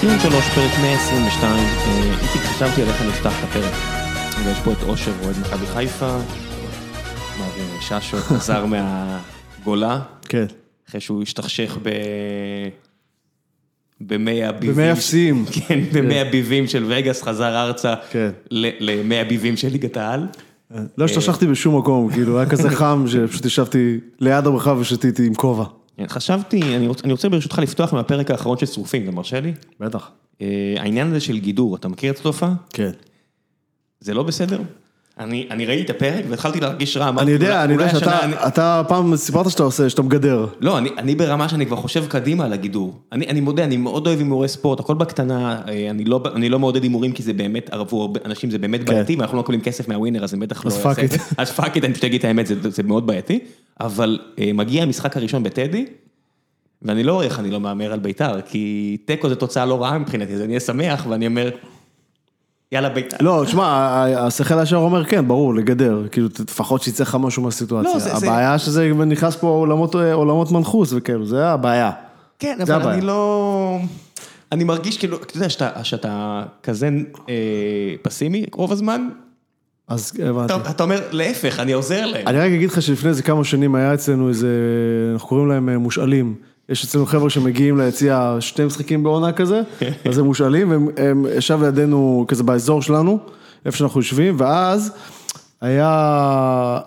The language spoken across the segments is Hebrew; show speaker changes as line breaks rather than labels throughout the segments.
ציון 3, פרק 122. אה, איציק, חשבתי על איך אני אפתח את הפרק. ויש פה את אושר, אוהד מכבי חיפה, מר אה, ששו, חזר מהגולה,
כן.
אחרי שהוא השתכשך ב... במי הביבים.
במי אפסיים.
כן, במי הביבים של וגאס, חזר ארצה
כן.
ל- למי הביבים של ליגת העל.
לא השתמשכתי בשום מקום, כאילו, היה כזה חם שפשוט ישבתי ליד הבריכה ושתיתי עם כובע.
כן, חשבתי, אני רוצ- אני רוצה ברשותך לפתוח מהפרק האחרון של שרופים, אתה מרשה לי?
בטח.
אה, העניין הזה של גידור, אתה מכיר את התופעה?
כן.
זה לא בסדר? אני, אני ראיתי את הפרק והתחלתי להרגיש רע. אמרתי,
אני יודע,
אולי-
אני יודע
אולי השנה אני-
שאתה, אתה פעם סיפרת שאתה עושה, שאתה מגדר.
לא, אני, אני ברמה שאני כבר חושב קדימה על הגידור. אני, אני מודה, אני מאוד אוהב הימורי ספורט, הכל בקטנה, אה, אני לא, אני לא מעודד הימורים כי זה באמת, עבור הרבה אנשים זה באמת בעייתי, ואנחנו לא מקבלים כסף מהווינר, אז זה בטח לא
כן. אז fuck
יעשה.
it.
אז פאק איט, אני פשוט אגיד את האמת, זה, זה מאוד בעייתי, אבל אה, מגיע המשחק הראשון בטדי, ואני לא רואה איך אני לא מהמר על בית"ר, כי תיקו זה תוצאה לא רעה מבחינתי, אז אני אהיה שמח, ואני אומר, יאללה בית"ר.
לא, שמע, ה- ה- השכל הישר אומר, כן, ברור, לגדר. כאילו, ת- לפחות שיצא לך משהו
לא,
מהסיטואציה.
זה- זה-
הבעיה שזה נכנס פה עולמות- אה, עולמות מנחוס וכאילו, זה הבעיה.
כן,
זה
אבל
הבעיה.
אני לא... אני מרגיש כאילו, אתה יודע, שאתה, שאתה כזה אה, פסימי רוב הזמן,
אז הבנתי.
אתה, אתה אומר, להפך, אני עוזר להם.
אני רק אגיד לך שלפני איזה כמה שנים היה אצלנו איזה, אנחנו קוראים להם אה, מושאלים. יש אצלנו חבר'ה שמגיעים ליציע שני משחקים בעונה כזה, אז הם מושאלים, והם הם ישב לידינו כזה באזור שלנו, איפה שאנחנו יושבים, ואז היה,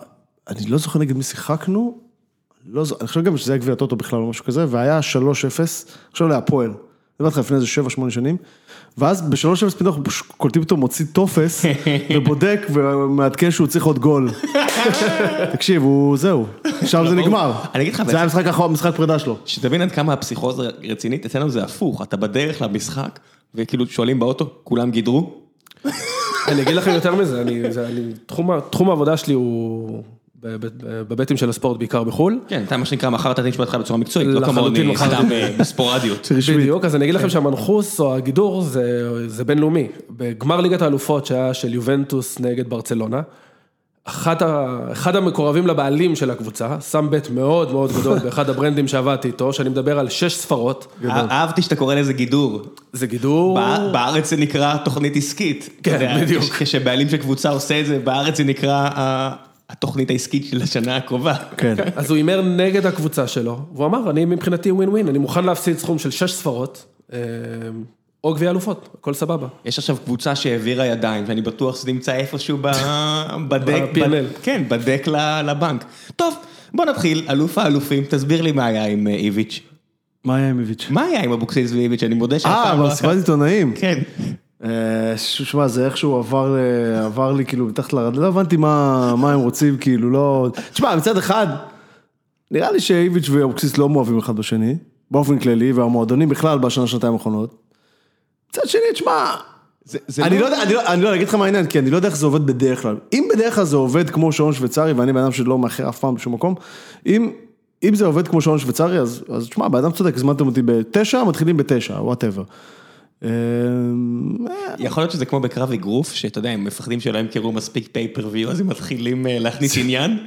אני לא זוכר נגד מי שיחקנו, לא זוכר, אני חושב גם שזה היה גביע הטוטו בכלל או משהו כזה, והיה 3-0, עכשיו להפועל. אני אומר לך לפני איזה 7-8 שנים, ואז ב-3-0 פתאום אנחנו פשוט קולטים אותו מוציא טופס, ובודק ומעדכן שהוא צריך עוד גול. תקשיב, הוא זהו, שם זה
לא, ברור.
נגמר.
אני אגיד לך,
זה היה משחק האחרון, משחק פרידה שלו.
שתבין עד כמה הפסיכוזה רצינית, אצלנו זה הפוך, אתה בדרך למשחק, וכאילו שואלים באוטו, כולם גידרו?
אני אגיד לכם יותר מזה, אני, זה, אני, תחום, ה- תחום העבודה שלי הוא בב- בב- בבטים של הספורט, בעיקר בחו"ל.
כן, אתה מה שנקרא, מכרת את נשמתך בצורה מקצועית, לא
לחלוטין
כמוני,
מכרתי.
סתם אה, בספורדיות.
בדיוק, אז אני אגיד לכם שהמנחוס או הגידור זה, זה בינלאומי. בגמר ליגת האלופות שהיה של יובנטוס נגד ברצלונה, אחת ה, אחד המקורבים לבעלים של הקבוצה, שם בית מאוד מאוד גדול באחד הברנדים שעבדתי איתו, שאני מדבר על שש ספרות,
אה- אהבתי שאתה קורא לזה גידור.
זה גידור...
בא- בארץ זה נקרא תוכנית עסקית. אתה
כן,
יודע,
בדיוק.
כש- כשבעלים של קבוצה עושה את זה, בארץ זה נקרא ה- התוכנית העסקית של השנה הקרובה.
כן.
אז הוא הימר נגד הקבוצה שלו, והוא אמר, אני מבחינתי ווין ווין, אני מוכן להפסיד סכום של שש ספרות, אה, או גביע אלופות, הכל סבבה.
יש עכשיו קבוצה שהעבירה ידיים, ואני בטוח שזה נמצא איפשהו ב- בדק,
ב-P&L.
ב- כן, בדק ל- לבנק. טוב, בוא נתחיל, אלוף האלופים, תסביר לי מה היה עם אה, איביץ'.
מה היה עם איביץ'?
מה היה עם אבוקסיס ואיביץ', אני מודה
אה,
שהפעם לא...
במסיבת עיתונאים.
כן.
אה, ש- שמע, זה איכשהו עבר, אה, עבר לי כאילו מתחת לרד, לא הבנתי מה, מה הם רוצים, כאילו לא... תשמע, מצד אחד, נראה לי שאיביץ' ואבוקסיס לא מאוהבים אחד בשני, באופן כללי, והמועדונים בכלל בשנה, שנתיים האחרונות. מצד שני, תשמע,
זה- זה
אני לא יודע, אני לא, אני לא, אני אגיד לך מה העניין, כי אני לא יודע איך זה עובד בדרך כלל. אם בדרך כלל זה עובד כמו שעון שוויצרי, ואני בן אדם שלא מאחר אף פעם בשום מקום, אם, אם זה עובד כמו שעון שוויצרי, אז, אז תשמע, בן אדם צודק, הזמנתם אותי בתשע, מתחילים בתשע, אמ, אה, וואטאבר.
יכול להיות שזה כמו בקרב אגרוף, שאתה יודע, הם מפחדים שלא ימכרו מספיק פייפריוויו, אז הם מתחילים אה, להכניס עניין.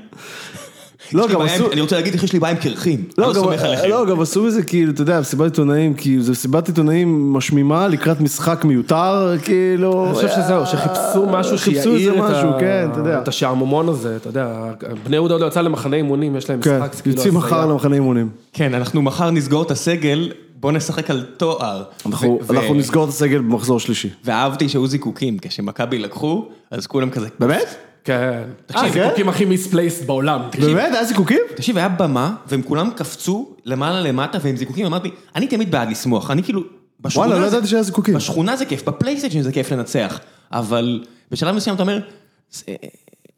לא,
יש לי
גם
בעיה עם-
עשו...
אני רוצה להגיד לך, יש לי בעיה עם קרחים. אני
לא,
לא
גם-
סומך עליכם.
לא, גם עשו מזה כאילו, אתה יודע, מסיבת עיתונאים, כאילו, זה מסיבת עיתונאים משמימה לקראת משחק מיותר, כאילו...
אני חושב שזהו, שחיפשו משהו
אה, חיפשו איזה
שיעיר את,
משהו,
ה...
כן, אתה יודע.
את השעמומון הזה, אתה יודע, בני יהודה עוד לא יצא למחנה אימונים, יש להם
כן,
משחק, זה
יוצאים
הזיה.
מחר למחנה אימונים.
כן, אנחנו מחר נסגור את הסגל, בוא נשחק על תואר.
אנחנו
ו- ו-
אנחנו נסגור את הסגל במחזור שלישי.
ואהבתי שהיו זיקוקים, כשמכבי לקחו, אז כולם כזה...
באמת?
כן. תקשיב,
כן?
החוקים הכי מיספלייסט בעולם.
באמת? היה זיקוקים?
תקשיב, היה במה, והם כולם קפצו למעלה למטה, והם זיקוקים, אמרתי, אני תמיד בעד לשמוח, אני כאילו... בשכונה
וואלה, לא
זה-
ידעתי שהיה זיקוקים.
בשכונה זה כיף, בפלייסטיישן זה כיף לנצח, אבל בשלב מסוים אתה אומר... זה-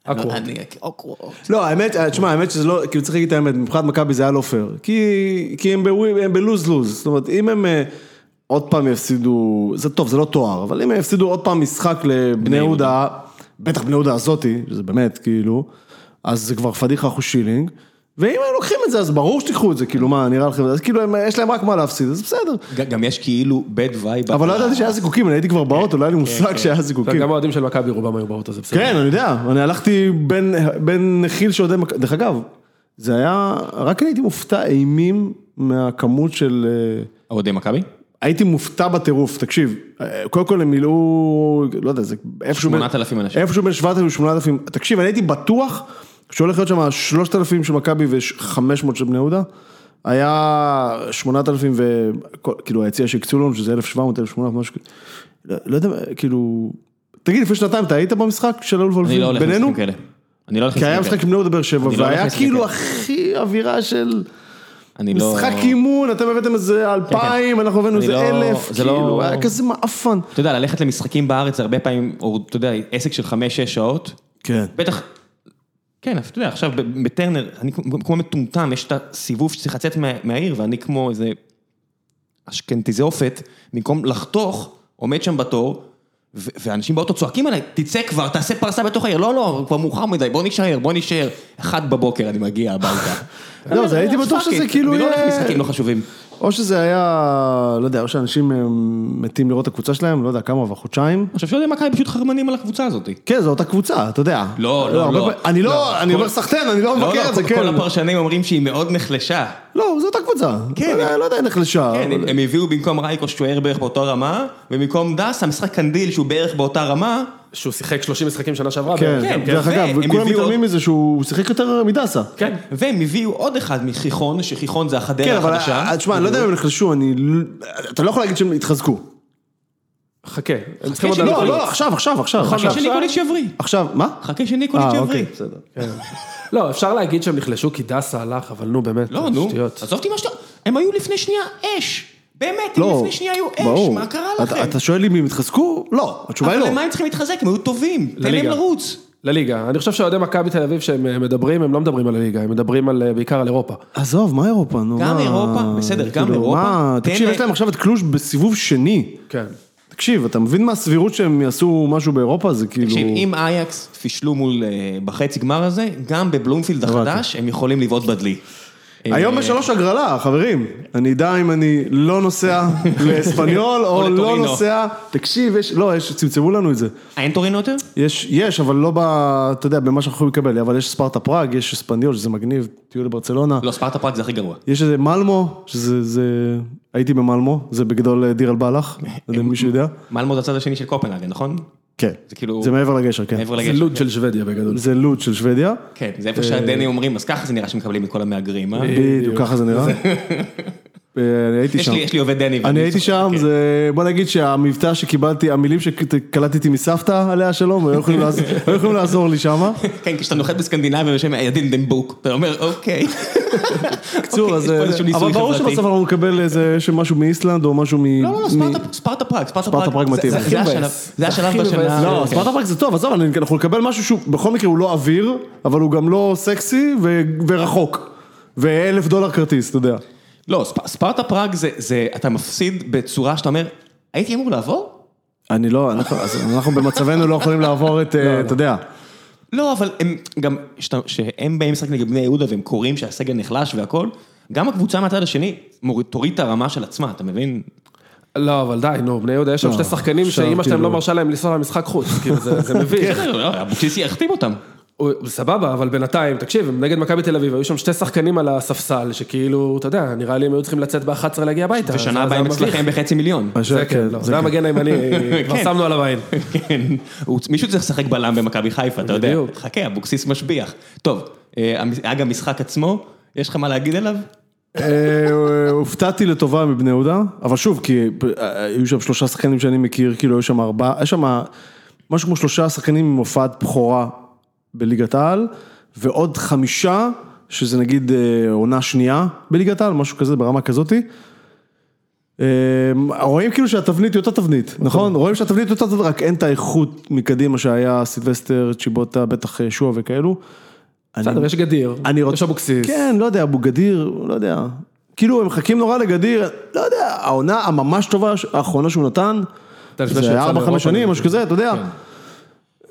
לא,
אקוורט.
אני- אוקיי." אקוורט.
לא, האמת, אה, תשמע, האמת שזה לא, כאילו צריך להגיד את האמת, מבחינת מכבי זה היה לא פייר. כי, כי הם, בווי, הם בלוז-לוז, זאת אומרת, אם הם אה, עוד פעם יפסידו, זה טוב, זה לא תואר, אבל אם הם יפסידו עוד פעם משחק לבני יהודה, בטח בני יהודה הזאתי, שזה באמת, כאילו, אז זה כבר פדיחה אחוז שילינג. ואם הם לוקחים את זה, אז ברור שתיקחו את זה, כאילו, מה, נראה לכם, אז כאילו, הם, יש להם רק מה להפסיד, אז בסדר.
ג- גם יש כאילו bad vibe.
אבל לא ידעתי שהיה זיקוקים, אני הייתי כבר באוטו, לא היה לי מושג שהיה
כן, אתה יודע,
זיקוקים.
גם האוהדים של מכבי רובם היו באוטו, זה בסדר.
כן, אני יודע, אני הלכתי בין, בין נחיל שאוהדי מכבי, דרך אגב, זה היה, רק אני הייתי מופתע אימים מהכמות של, אה,
אוהדי מכבי?
הייתי מופתע בטירוף, תקשיב, אה, קודם כל הם מילאו, לא יודע, זה איפשהו... בין-
8,000 אנשים.
איפשהו בין 7,000 ל-8,000, תקשיב, אני הייתי בטוח שהולך להיות שם 3,000 של מכבי ו-500 של בני יהודה, היה 8,000 ו... כל- כאילו היציע שהקצו לנו, שזה 1,700, 1,800, משהו כאילו, לא- לא יודע, כאילו... תגיד, לפני שנתיים אתה היית במשחק של אלוף
אני לא
אלופים
הולך
בינינו?
למשחקים כאלה. אני לא הולך
כי היה
למשחקים
משחק
כאלה.
עם בני יהודה באר שבע,
אני לא
והיה
הולך
כאילו
למשחקים
הכי אווירה של...
אני לא... כן,
משחק אימון, אתם הבאתם איזה אלפיים, אנחנו הבאנו
אני
איזה
לא-
אלף,
זה לא-
כאילו, היה כזה מעפן.
אתה יודע, ללכת למשחקים בארץ זה הרבה פעמים, או אתה יודע, עסק של חמש-שש שעות,
כן.
בטח, כן, אבל אתה יודע, עכשיו ב- בטרנר, אני כמו- כמו מטומטם, יש את הסיבוב שצריך לצאת מה- מהעיר, ואני כמו איזה אשכנתיזופת, במקום לחתוך, עומד שם בתור, ו- ואנשים באוטו צועקים עליי, תצא כבר, תעשה פרסה בתוך העיר, לא, לא, כבר מאוחר מדי, בוא נישאר, בוא נישאר. אחת בבוקר אני מגיע הביתה.
לא, זה הייתי בטוח
Fuck it,
שזה כאילו
אני לא הולך
יהיה-
למשחקים לא חשובים.
או שזה היה, לא יודע, או שאנשים אה, מתים לראות את הקבוצה שלהם, לא יודע כמה, אבל חודשיים.
עכשיו, שואלים מכבי פשוט חרמנים על הקבוצה הזאת.
כן, זו אותה קבוצה, אתה יודע.
לא, לא,
הרבה
לא.
פעמים- אני לא,
לא,
אני
כל-
אומר סחטיין, אני לא
לא,
מבקר
לא,
את זה,
כל-
כן.
כל הפרשנים אומרים שהיא מאוד נחלשה.
לא, זו אותה קבוצה.
כן.
כן. לא יודע, איך נחלשה.
כן,
אבל-
הם- הם הביאו במקום רייקוש שהוא היה בערך באותה רמה, ובמקום דסה, משחק קנדיל שהוא בערך באותה רמה,
שהוא שיחק 30 משחקים שנה שעברה.
כן,
כן,
דרך
וזה,
אגב,
הם
וכולם
הביאו
מתעלמים מזה שהוא שיחק יותר אה, מדסה.
כן.
והם הביאו עוד אחד מחכיכון, שכיכון זה
כן,
החדרה
אבל
החדשה.
אה, תשמע, אני לא יודע אם הם נחלשו, אני... לא- אתה לא יכול להגיד שהם התחזקו.
חכה, הם צריכים עוד...
לא,
להבין.
לא, עכשיו, עכשיו, עכשיו.
חכה
עכשיו.
שניקוליץ' יבריא.
עכשיו, מה?
חכה שניקוליץ'
אה, אוקיי,
יבריא.
בסדר.
לא, אפשר להגיד שהם נחלשו כי דסה הלך, אבל נו באמת,
לא, נו,
שטויות.
עזוב אותי מה שאתה... הם היו לפני שנייה אש. באמת, הם
לא,
לפני שנייה היו אש,
ברור.
מה קרה
אתה-
לכם?
אתה שואל אם הם התחזקו? לא, התשובה היא
אבל
לא.
למה הם צריכים להתחזק? הם היו טובים, תן להם
לליגה.
לרוץ.
לליגה. אני חושב שאוהדי מכבי תל אביב שהם אה, מדברים, הם לא מדברים על הליגה, הם מדברים על, אה, בעיקר על אירופה.
עזוב, מה אירופה? נו,
גם
מה-
אירופה, בסדר, גם
כאילו,
אירופה.
מה-
תן
תקשיב,
לה-
יש להם עכשיו את קלוש בסיבוב שני.
כן.
תקשיב, אתה מבין מה הסבירות שהם יעשו משהו באירופה? זה כאילו...
תקשיב, אם אייקס פישלו מול, אה, בחצי גמר הזה, גם בבלומפילד
הבנתי.
החדש, הם יכולים לבעוט בדלי.
היום
אה,
בשלוש הגרלה, חברים. אני אדע אם אני לא נוסע לאספניול
או
או לא
לטורינו.
נוסע... תקשיב, יש... לא, יש, צמצמו לנו את זה.
אה, אין טורינו יותר?
יש, יש, אבל לא ב... אתה יודע, במה שאנחנו יכולים לקבל. אבל יש ספרטה פראג, יש אספניול, שזה מגניב, טיול לברצלונה.
לא, ספרטה פראג זה הכי גרוע.
יש איזה מלמו, שזה, זה, הייתי במלמו, זה בגדול אה, דיר אל בלח, לא יודע אם מישהו יודע.
מלמו זה הצד השני של קופנהגן, נכון?
כן.
זה כאילו-
זה מעבר לגשר, כן.
מעבר
זה
לגשר.
לוד של שוודיה בגדול.
זה לוד של שוודיה,
כן, זה איפה שהדנים אומרים, אז ככה זה נראה שמקבלים את כל המהגרים, אה?
בדיוק, ככה זה נראה. אה, אני הייתי
יש
שם.
לי- יש לי עובד דני. ואני
אני הייתי
צוחק,
שם,
כן.
זה, בוא נגיד שהמבטא שקיבלתי, המילים שקלטתי מסבתא, עליה שלום, היו יכולים לעז- היו יכולים לעזור לי שמה.
כן, כשאתה נוחת בסקנדינביה בשם ידינדנבוק, אתה אומר, אוקיי.
קצור,
אוקיי,
אז... אה,
יש פה איזשהו ניסוי
אבל ברור
חברתי.
שבסוף אנחנו נקבל איזה משהו מאיסלנד או משהו מ...
לא, לא, לא,
מ-
ספרטה- ספרטה פראג, ספרטה
ספרטה פראג
זה-
מתאים.
זה-
זה
זה
הכי
השלב-
מבאס.
זה
הכי
השלב
מבאס.
בשנה...
לא,
כן.
סמארט אפרק זה טוב, עזוב, אני- אנחנו נקבל משהו שהוא בכל מקרה הוא לא אוויר, אבל הוא גם לא סקסי ו- ורחוק. ואלף דולר כרטיס, אתה יודע.
לא, ספ- ספרטה פראג זה- זה, אתה מפסיד בצורה שאתה אומר, הייתי אמור לעבור?
אני לא, אנחנו- אז אנחנו במצבנו לא יכולים לעבור את, אה, אתה יודע.
לא, אבל הם גם, שאתה- שהם באים לשחק נגד בני יהודה והם קוראים שהסגל נחלש והכל, גם הקבוצה מהצד השני מוריד- תוריד את הרמה של עצמה, אתה מבין?
לא, אבל די, נו, בני יהודה, יש שם
לא,
שתי שחקנים
עכשיו,
שאימא שלהם לא
כאילו-
מרשה להם לנסוע למשחק חוץ, כאילו, זה זה מביך.
בסדר, לא, אבוקסיס יחתים אותם.
הוא- סבבה, אבל בינתיים, תקשיב, הם נגד מכבי תל אביב, היו שם שתי שחקנים על הספסל, שכאילו, אתה יודע, נראה לי הם היו צריכים לצאת ב-11 להגיע הביתה. זה- זה
ושנה הבאה הם
היה
אצלכם
מביך.
בחצי מיליון.
זה כן, לא, זה המגן הימני, כבר
כן.
שמנו עליו עין.
כן, הוא- מישהו צריך לשחק בלם במכבי חיפה, אתה יודע.
בדיוק.
חכה, אבוקסיס משביח. טוב, אה, המס- היה גם משחק עצמו, יש לך מה להגיד עליו?
אה, הופתעתי לטובה מבני יהודה, אבל שוב, כי אה, היו שם שלושה שחקנים שאני מכיר, כאילו היו שם ארבעה, היה שם משהו כמו שלושה שחקנים עם הופעת בכורה בליגת העל, ועוד חמישה, שזה נגיד אה, עונה שנייה בליגת העל, משהו כזה, ברמה כזאתי. אה, רואים כאילו שהתבנית היא אותה תבנית, נכון? רואים שהתבנית היא אותה תבנית, רק אין את האיכות מקדימה שהיה סילבסטר, צ'יבוטה, בטח אה, שועה וכאלו.
בסדר,
אני-
יש גדיר,
אני רוצה...
יש אבוקסיס.
כן, לא יודע, אבו גדיר, לא יודע. כאילו, הם מחכים נורא לגדיר, לא יודע, העונה הממש טובה, האחרונה שהוא נתן,
אתה לפני
זה
שהוא
היה
יצא
4-5
לאירופה,
שנים,
אני
משהו כזה, אתה יודע.
כן.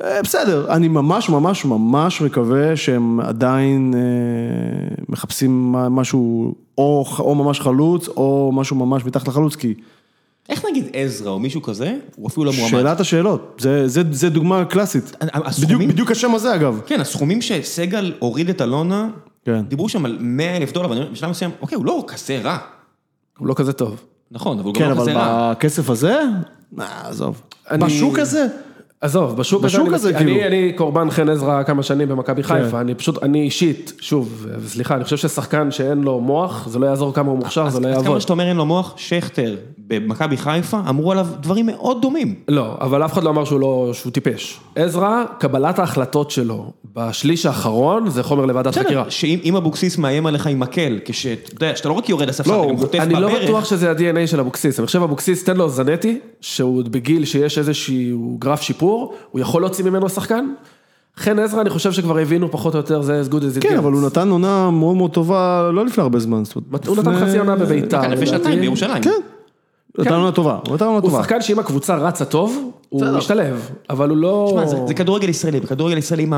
אה, בסדר, אני ממש ממש ממש מקווה שהם עדיין אה, מחפשים מה- משהו, או, או ממש חלוץ, או משהו ממש מתחת לחלוץ, כי
איך נגיד עזרא או מישהו כזה, הוא אפילו לא מועמד. אה,
שאלת השאלות, זה, זה, זה דוגמה קלאסית. בדיוק,
הסכומים-
בדיוק השם הזה אגב.
כן, הסכומים שסגל הוריד את אלונה,
כן.
דיברו שם על 100 אלף דולר, ואני אומר, בשלב מסוים, אוקיי, הוא לא כזה רע.
הוא לא כזה טוב.
נכון, אבל הוא
כן,
גם לא
אבל
כזה רע.
בכסף הזה? אה, עזוב.
אני-
בשוק הזה?
עזוב, בשוק,
בשוק
אני
הזה,
מסכים. אני,
כאילו.
אני קורבן חן עזרא כמה שנים במכבי
כן.
חיפה, אני פשוט, אני אישית, שוב, סליחה, אני חושב ששחקן שאין לו מוח, זה לא יעזור כמה הוא מוכשר, זה לא
אז
יעבוד.
כמה שאתה אומר אין לו מוח, שכטר במכבי חיפה אמרו עליו דברים מאוד דומים.
לא, אבל אף אחד לא אמר שהוא לא, שהוא טיפש. עזרא, קבלת ההחלטות שלו בשליש האחרון, זה חומר לוועדת חקירה.
שאם אם אבוקסיס מאיים עליך עם מקל, כשאתה יודע, שאתה לא רק יורד לספסל,
לא,
אתה גם חוטף
אני לא בטוח
בברך,
שזה ה-DNA של אבוקסיס, אני חושב אבוקסיס, תן לו זנטי, שהוא עוד בגיל שיש איזשהו גרף שיפור, הוא יכול להוציא ממנו שחקן. חן עזרא, אני חושב שכבר הבינו פחות או יותר, זה as good as it
כן,
gets.
אבל הוא נתן עונה מאוד מאוד טובה, לא לפני הרבה זמן. זאת אומרת,
הוא נתן
לפני-
חצי עונה בביתר.
לפני שנתיים
לדעתי.
בירושלים.
כן. נתן עונה טובה, הוא נתן עונה
הוא
טובה.
שחקן שאם הקבוצה רצה טוב, הוא
בסדר.
משתלב, אבל הוא לא...
תשמע, זה, זה כדורגל ישראלי, בכדורגל ישראלי אם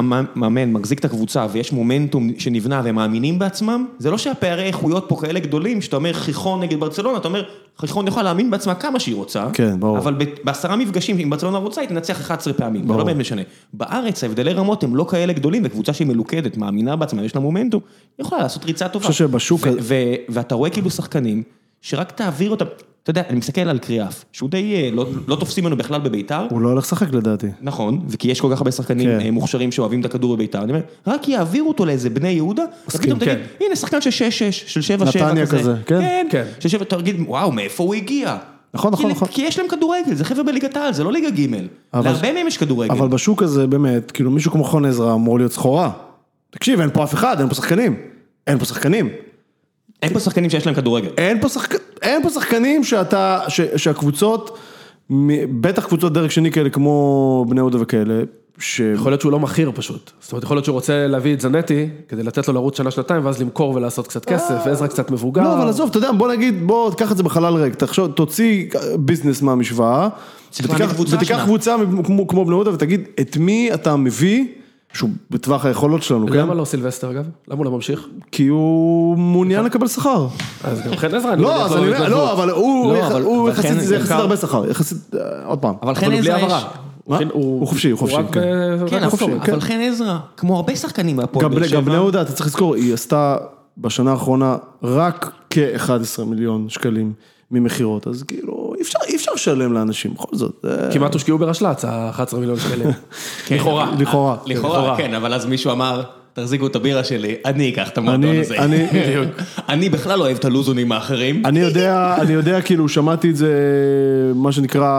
המאמן מחזיק את הקבוצה ויש מומנטום שנבנה והם מאמינים בעצמם, זה לא שהפערי איכויות פה כאלה גדולים, שאתה אומר חיכון נגד ברצלונה, אתה אומר, חיכון יכולה להאמין בעצמה כמה שהיא רוצה,
כן, ברור.
אבל ב- בעשרה מפגשים, אם ברצלונה רוצה, היא תנצח 11 פעמים, זה לא באמת משנה. בארץ ההבדלי רמות הם לא כאלה גדולים, וקבוצה שהיא מלוכדת, מאמינה בעצמה, יש לה מומנטום, היא יכולה לעשות ריצה טובה.
אני חושב שבשוק
ו-
הזה-
ו- ואתה רואה כאילו שחקנים, שרק תעביר אותם, אתה יודע, אני מסתכל על קריאף, שהוא די אה, לא, לא תופסים ממנו בכלל בביתר,
הוא לא הולך לשחק לדעתי.
נכון, וכי יש כל כך הרבה שחקנים
כן.
כן. מוכשרים שאוהבים את הכדור בביתר, אני אומר, רק יעבירו אותו לאיזה בני יהודה, אז פתאום תגיד, הנה שחקן של 6-6, של 7-7 כזה.
כן. נתניה כזה, כן.
כן,
כן.
של 7, תגיד, וואו, מאיפה הוא הגיע?
נכון,
כי-
נכון, נכון.
כי יש להם כדורגל, זה חבר'ה בליגת העל, זה לא ליגה ג',
אבל-
להרבה מהם יש כדורגל.
אבל בשוק הזה באמת, כאילו מישהו כמו חון עזרא אמור להיות סחורה. תקשיב, אין פה אף אחד, אין פה שחקנים. אין פה שחקנים.
אין פה שחקנים שיש להם כדורגל.
אין פה, שחק... אין פה שחקנים שאתה, ש... שהקבוצות, מ- בטח קבוצות דרג שני כאלה כמו בני יהודה וכאלה, ש...
יכול להיות שהוא לא מכיר פשוט. זאת אומרת, יכול להיות שהוא רוצה להביא את זנטי, כדי לתת לו לרוץ שנה-שנתיים, ואז למכור ולעשות קצת כסף, עזרא קצת מבוגר.
לא, אבל עזוב, אתה יודע, בוא נגיד, בוא תקח את זה בחלל ריק, תחשוב, תוציא ביזנס מהמשוואה,
צריך
ותיקח
להעמיד קבוצה
ותיקח
השנה.
קבוצה מ- כמו, כמו בני יהודה ותגיד, את מי אתה מביא, שהוא בטווח היכולות שלנו, כן?
למה לא סילבסטר אגב? למה הוא לא ממשיך?
כי הוא מעוניין לקבל שכר.
אז גם חן עזרא, אני
לא,
מניח,
אז אני אומר,
בהתנדבות.
לא, אבל הוא,
לא,
יח-
אבל-
הוא
אבל
יחסית,
חן-
זה יחסית
חלקם-
הרבה שכר, יחסית, אה, עוד פעם.
אבל חן
אבל הוא בלי
עזרא יש...
העברה.
מה? הוא חופשי, הוא חופשי,
רק
כן.
ב-
כן,
רק
אבל-
חופשי.
אבל חן עזרא, כמו הרבה שחקנים מהפועל
גם
באר
בני-
שבע,
גם בני יהודה, אתה צריך לזכור, היא עשתה בשנה האחרונה רק כ-11 מיליון שקלים ממכירות, אז כאילו, אי אפשר- אי אפשר לשלם לאנשים, בכל זאת. זה-
כמעט הושקעו ברשל"צ, ה-11 מיליון שקלים.
כן.
לכאורה.
לכאורה.
לכאורה, כן, אבל אז מישהו אמר, תחזיקו את הבירה שלי, אני אקח את המועדון
אני-
הזה.
אני- בדיוק.
אני בכלל לא אוהב את הלוזונים האחרים.
אני יודע, אני יודע, כאילו, שמעתי את זה, מה שנקרא,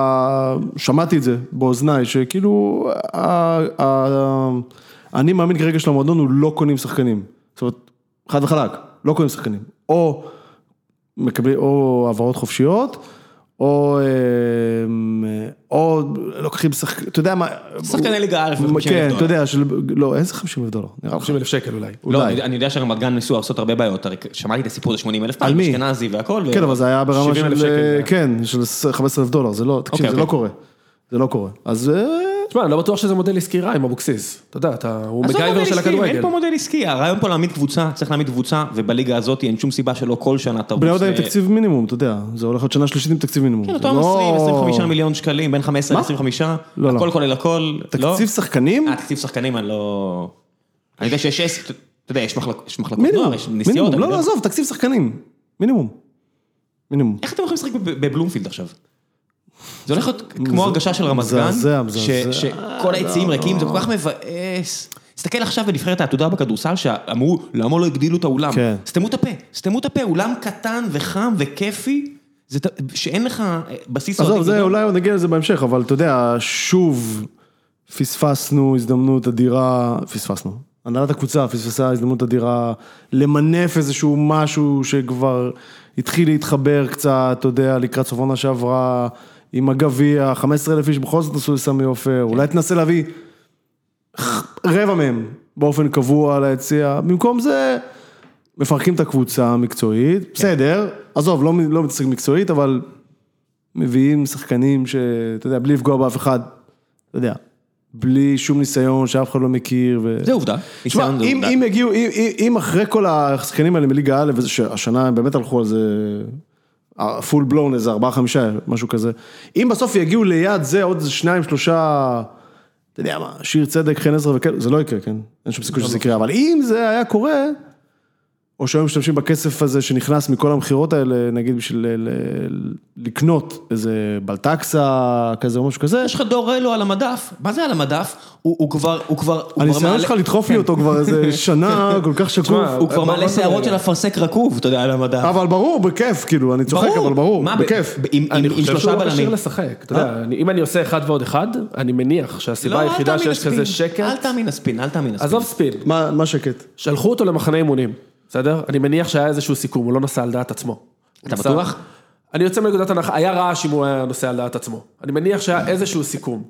שמעתי את זה באוזניי, שכאילו, ה- ה- אני מאמין כרגע של המועדון הוא לא קונים שחקנים. זאת אומרת, חד וחלק, לא קונים שחקנים. או מקבלים, או העברות חופשיות, או, אה, או לוקחים שחקנים, אתה יודע מה...
שחקני ליגה א' ב- 50,000
כן,
דולר.
אתה יודע, של... לא, איזה 50 אלף דולר, נראה לך.
50 אלף שקל אולי.
לא,
אולי.
אני, אני יודע שרמת גן ניסו לעשות הרבה בעיות, הרי שמעתי את הסיפור הזה 80 אלף
על
פעם,
מי?
אשכנזי והכל. ו-
כן, אבל זה היה ברמה
70,000
של,
שקל.
כן, של 15 אלף דולר, זה לא, תקשיב,
אוקיי,
זה לא
אוקיי.
קורה. זה לא קורה. אז אה,
תשמע, אני לא בטוח שזה מודל עסקי רע עם אבוקסיס. אתה יודע, אתה- הוא
עזוב
מגייבר
מודל
של
עסקי, אין
הכדורגל.
פה מודל עסקי, הרעיון פה להעמיד קבוצה, צריך להעמיד קבוצה, ובליגה הזאת אין שום סיבה שלא כל שנה תרוץ.
בני יהודה עם
ל-
תקציב מינימום, אתה יודע, זה הולך להיות שנה שלישית עם תקציב מינימום.
כן,
זה
אותו
לא-
20, 25 מיליון שקלים, בין 15 ל-25,
לא, לא.
הכל כולל הכל. לא?
תקציב שחקנים?
אה, תקציב שחקנים, אני לא... אני יודע שיש עסק, אתה יודע, יש מחלק- יש מחלקות
מינימום,
נוער, יש נסיעות.
מינימום,
אני
לא,
יודע.
לא, עזוב, תקציב שחקנים, מינימום. מינימום.
איך אתם הולכים לשחק בב- בבלומפילד עכשיו? זה הולך להיות כמו הרגשה של רמת גן,
מזעזע, מזעזע.
ש- שכל היציעים ריקים, זה כל כך מבאס. תסתכל עכשיו בנבחרת העתודה בכדורסל, שאמרו, למה לא הגדילו את האולם?
כן.
סתמו את הפה, סתמו את הפה, אולם קטן וחם וכיפי, זה ת- שאין לך אה, בסיס...
עזוב,
אוהדים
זה
גדול.
אולי עוד נגיע לזה בהמשך, אבל אתה יודע, שוב פספסנו הזדמנות אדירה, פספסנו. הנהלת הקבוצה פספסה הזדמנות אדירה למנף איזשהו משהו שכבר התחיל להתחבר קצת, אתה יודע, לקראת סוף עונה שעברה, עם הגביע, 15 אלף איש בכל זאת עשו לסמי עופר, אולי תנסה להביא רבע מהם באופן קבוע ליציע, במקום זה מפרקים את הקבוצה המקצועית, בסדר, עזוב, לא, לא מתעסק מקצועית, אבל מביאים שחקנים שאתה יודע, בלי לפגוע באף אחד, אתה יודע, בלי שום ניסיון שאף אחד לא מכיר. ו...
זה עובדה.
תשמע,
ניסיון זה
אם,
עובדה.
אם יגיעו, אם, אם- אם אחרי כל השחקנים האלה מליגה א', וזה שהשנה הם באמת הלכו על זה פול בלון, איזה ארבעה, חמישה, משהו כזה, אם בסוף יגיעו ליד זה עוד איזה שניים, שלושה, אתה יודע מה, לא, שיר צדק, חן עזרא וכאלה, זה לא יקרה, כן? אין שום סיכוי שזה יקרה, אבל אם זה היה קורה, או שהיו משתמשים בכסף הזה שנכנס מכל המכירות האלה, נגיד בשביל ל- ל- לקנות איזה בלטקסה כזה או משהו כזה,
יש לך דור אלו על המדף, מה זה על המדף? הוא הוא כבר, הוא כבר, הוא כבר
הניסיון
מעלה-
שלך אה, לדחוף לי אותו כבר איזה שנה כל כך שקוף.
תשמע,
הוא כבר
מה-
מעלה
מה זה-
שערות של אפרסק רקוב, אתה יודע, על המדף.
אבל ברור, בכיף, כאילו, אני צוחק, אבל ברור,
מה, ב-
בכיף.
ב- עם- עם
אני
עם
חושב שהוא
שלושה
לא
בלמים. אה?
כשיר לשחק, אתה יודע, אני- אם אני עושה אחד ועוד אחד, אני מניח שהסיבה
לא, אל
היחידה
תאמין
שיש
לספין.
כזה שקט,
אל תאמין לספין, אל תאמין לספין.
עזוב ספין,
מה מה שקט?
שלחו אותו למחנה אימונים, בסדר? אני מניח שהיה איזשהו סיכום, הוא לא נסע על דעת עצמו.
אתה
הוא נסע-
בטוח?
אני יוצא מנקודת הנחה, היה רעש אם הוא היה נוסע על דעת עצמו. אני מניח שהיה איזשהו סיכום.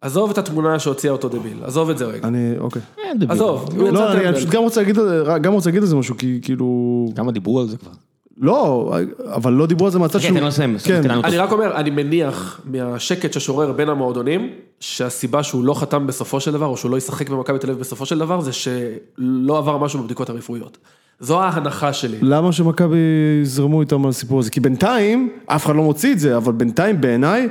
עזוב את התמונה שהוציאה אותו דביל, עזוב את זה רגע.
אני, אוקיי.
אין דביל.
עזוב, הוא יצא
לא, אני- אני
טמבל.
פשוט גם רוצה להגיד על זה- גם רוצה להגיד על זה משהו, כי כאילו...
כמה דיברו על זה כבר.
לא, אבל לא דיברו על זה
חכה,
מהצד
אוקיי, תן לו לסיים,
כן.
תן לנו
אני רק אומר, אני מניח מהשקט ששורר בין המועדונים, שהסיבה שהוא לא חתם בסופו של דבר, או שהוא לא ישחק במכבי תל אביב בסופו של דבר, זה שלא עבר משהו בבדיקות הרפואיות. זו ההנחה שלי.
למה שמכבי יזרמו איתם על הסיפור הזה? כי בינתיים, אף אחד לא מוציא את זה, אבל בינתיים בעיניי,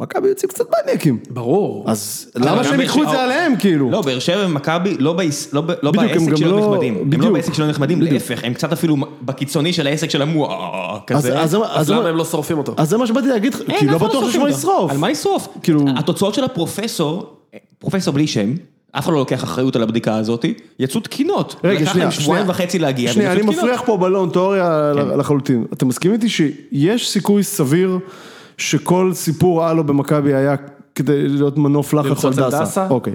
מכבי יוצאים קצת מניאקים.
ברור.
אז
אבל
למה
גם
שהם
בש-
ייקחו את זה
אה,
עליהם, כאילו?
לא, באר שבע ומכבי לא בעס- לא ב- לא
בדיוק, הם
בעסק
גם
שלא
לא-
נחמדים. הם לא
בדיוק.
בעסק שלא נחמדים, להפך, הם קצת אפילו בקיצוני של העסק שלהם, וואו, כזה.
אז-
אז
אז
למה
למה-
הם לא שורפים אותו?
אז זה מה שבאתי להגיד לך,
אין,
כי
אף
לא
אחד
בטוח
שורפים
ששמו
נכון, אותו.
ישרוף.
על מה ישרוף?
כאילו-
התוצאות של הפרופסור, פרופסור בלי שם, אף אחד לא לוקח אחריות על הבדיקה הזאת, יצאו תקינות. לקח להם שבועיים
שנייה.
וחצי להגיע, כאילו- כן.
שנייה,
והם
אני
יצאו תקינות.
מפריח פה בלון תיאוריה לחלוטין. אתה מסכים איתי שיש סיכוי סביר שכל סיפור הלו במכבי היה כדי להיות מנוף לחץ על
ללחוץ על דסה?
דסה? אוקיי,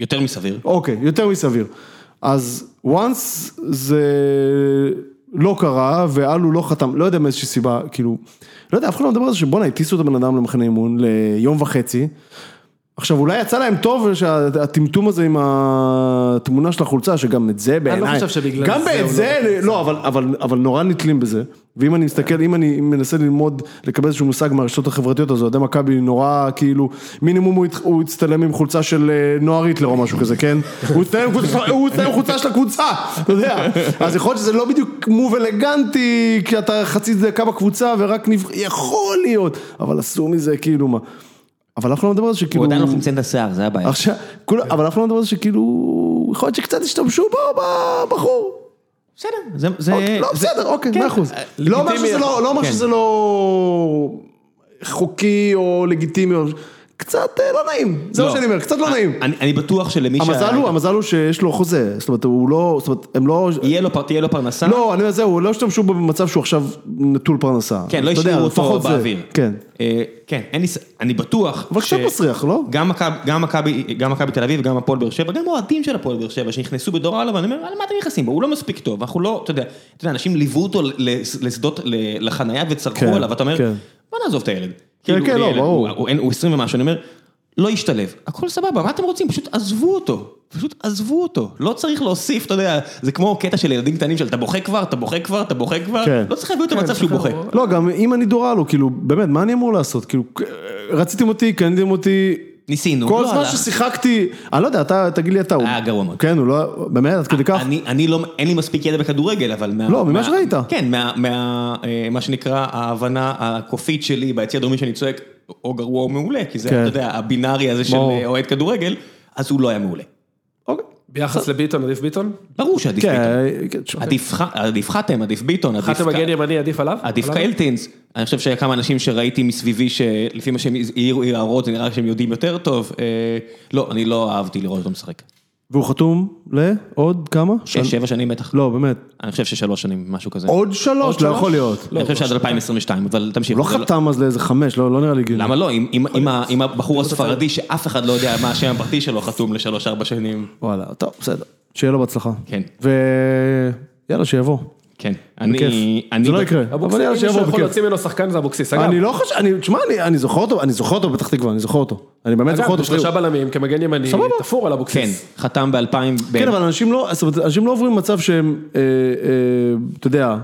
יותר מסביר.
אוקיי, יותר מסביר. אז once זה לא קרה, ואלו לא חתם, לא יודע מאיזושהי סיבה, כאילו, לא יודע, אף אחד לא מדבר על זה שבואנה, הטיסו את הבן אדם למחנה אימון ליום וחצי. עכשיו, אולי יצא להם טוב שהטמטום הזה עם התמונה של החולצה, שגם את זה בעיניי...
לא חושב שבגלל
גם
זה
גם
הוא
את זה,
לא-
לא, אבל, אבל, אבל נורא נתלים בזה. ואם אני מסתכל, אם אני מנסה ללמוד, לקבל איזשהו מושג מהרשתות החברתיות, אז אוהדי מכבי נורא, כאילו, מינימום הוא, הת- הוא הצטלם עם חולצה של אה, נוער היטלר או משהו כזה, כן? הוא הצטלם עם חולצה- הוא הצטלם עם חולצה של הקבוצה, אתה יודע. אז יכול להיות שזה לא בדיוק מוב אלגנטי, כי אתה חצי דקה בקבוצה ורק נבח... יכול להיות, אבל עשו מזה, כאילו מה. אבל אף אחד לא מדבר על זה שכאילו...
הוא עדיין לא חמצן את השיער, זה הבעיה.
עכשיו, כולם- אבל אף אחד לא מדבר על זה שכאילו, יכול להיות שקצת השתמשו בו, בבחור.
בסדר, זה- זה...
אוקיי, לא,
אה, זה-
בסדר, אוקיי,
כן,
מאה אחוז.
אה,
לא אומר
לגיטימי.
שזה לא- לא אומר
כן.
שזה לא חוקי או לגיטימי, או- קצת אה, לא נעים, זה מה שאני אומר, קצת לא נעים.
אה, אני אני בטוח שלמי
המזל הוא, המזל הוא שיש לו חוזה, זאת אומרת, הוא לא, זאת אומרת, הם לא...
יהיה לו פר- תהיה לו פרנסה,
לא, אני אומר, זהו, לא השתמשו בו במצב שהוא עכשיו נטול פרנסה.
כן, לא
אתה יודע,
השאירו אותו
לפחות זה.
באוויר.
כן.
אה, כן, אין לי, ס- אני בטוח.
אבל קצת מסריח, לא?
גם מכבי- גם מכבי גם מכבי תל אביב, גם הפועל באר שבע, גם אוהדים של הפועל באר שבע שנכנסו בדור א', ואני אומר, על מה אתם נכנסים בו? הוא לא מספיק טוב, אנחנו לא, אתה יודע, אתה יודע, אנשים ליוו אותו לס- לשדות, ל- לחנייה וצרחו
כן,
עליו, ואתה אומר,
כן.
בוא נעזוב את הילד. כאילו,
כן,
הוא
לא,
ילד,
ברור.
הוא- הוא אין- הוא 20 ומשהו, אני אומר, לא השתלב, הכל סבבה, מה אתם רוצים? פשוט עזבו אותו. פשוט עזבו אותו, לא צריך להוסיף, אתה יודע, זה כמו קטע של ילדים קטנים של אתה בוכה כבר, אתה בוכה כבר, אתה בוכה כבר,
כן.
לא צריך להביא אותו למצב שהוא בוכה.
לא, גם אם אני דורלו, כאילו, באמת, מה אני אמור לעשות? כאילו, רציתם אותי, קניתם אותי,
ניסינו,
כל
לא
זמן
הלך.
ששיחקתי, אני לא יודע, אתה תגיד לי אתה, הוא-
היה גרוע מאוד.
כן, הוא לא, באמת, עד כדי כך,
אני, אני לא, אין לי מספיק ידע בכדורגל, אבל מה...
לא, ממה
מה-
שראית.
כן, מה, מה, אה, מה שנקרא ההבנה הקופית שלי ביציא הדרומי שאני צועק, או גרוע או מעולה, כי זה,
כן.
אתה יודע, הבינארי הזה של
ברור.
אה, אוהד כדורגל, אז הוא לא היה מעולה.
אוקיי,
ביחס לביטון, עדיף ביטון?
ברור שעדיף ביטון.
כן, כן, תשמע,
עדיף ח- עדיף חתם, עדיף ביטון, עדיף...
חתם
ק-
מגן ימני עדיף עליו?
עדיף
עליו?
קלטינס, אני חושב שהיה כמה אנשים שראיתי מסביבי שלפי מה שהם העירו הערות זה נראה שהם יודעים יותר טוב, אה, לא, אני לא אהבתי לראות אותו משחק.
והוא חתום לעוד כמה?
שש, שבע שנים בטח,
לא, באמת,
אני חושב ששלוש שנים, משהו כזה.
עוד שלוש, לא יכול להיות,
אני חושב שעד 2022, אבל תמשיך.
לא
זה
חתם אז לאיזה חמש, לא לא נראה לי גיל,
למה לא? אם- אם- אם ה- אם הבחור הספרדי שאף אחד לא יודע מה השם הפרטי שלו חתום לשלוש-ארבע שנים.
וואלה, טוב, בסדר, שיהיה לו בהצלחה,
כן.
ויאללה, שיבוא,
כן. אני...
כיף.
אני-
זה לא יקרה,
אבוקסיס,
אבל
אם
יאללה,
מישהו
שיבוא
יכול
בכיף.
להוציא ממנו שחקן זה אבוקסיס. אגב,
אני לא חושב, אני- תשמע, אני- אני זוכר אותו, אני זוכר אותו בפתח תקווה, אני זוכר אותו, אני באמת זוכר
אגב,
אותו,
בשלושה בלמים, כמגן ימני,
סבבה.
תפור על
כן,
אבוקסיס.
חתם ב-2000...
כן, אבל אנשים לא, זאת אומרת, אנשים לא עוברים מצב שהם, אה, אה, אתה יודע,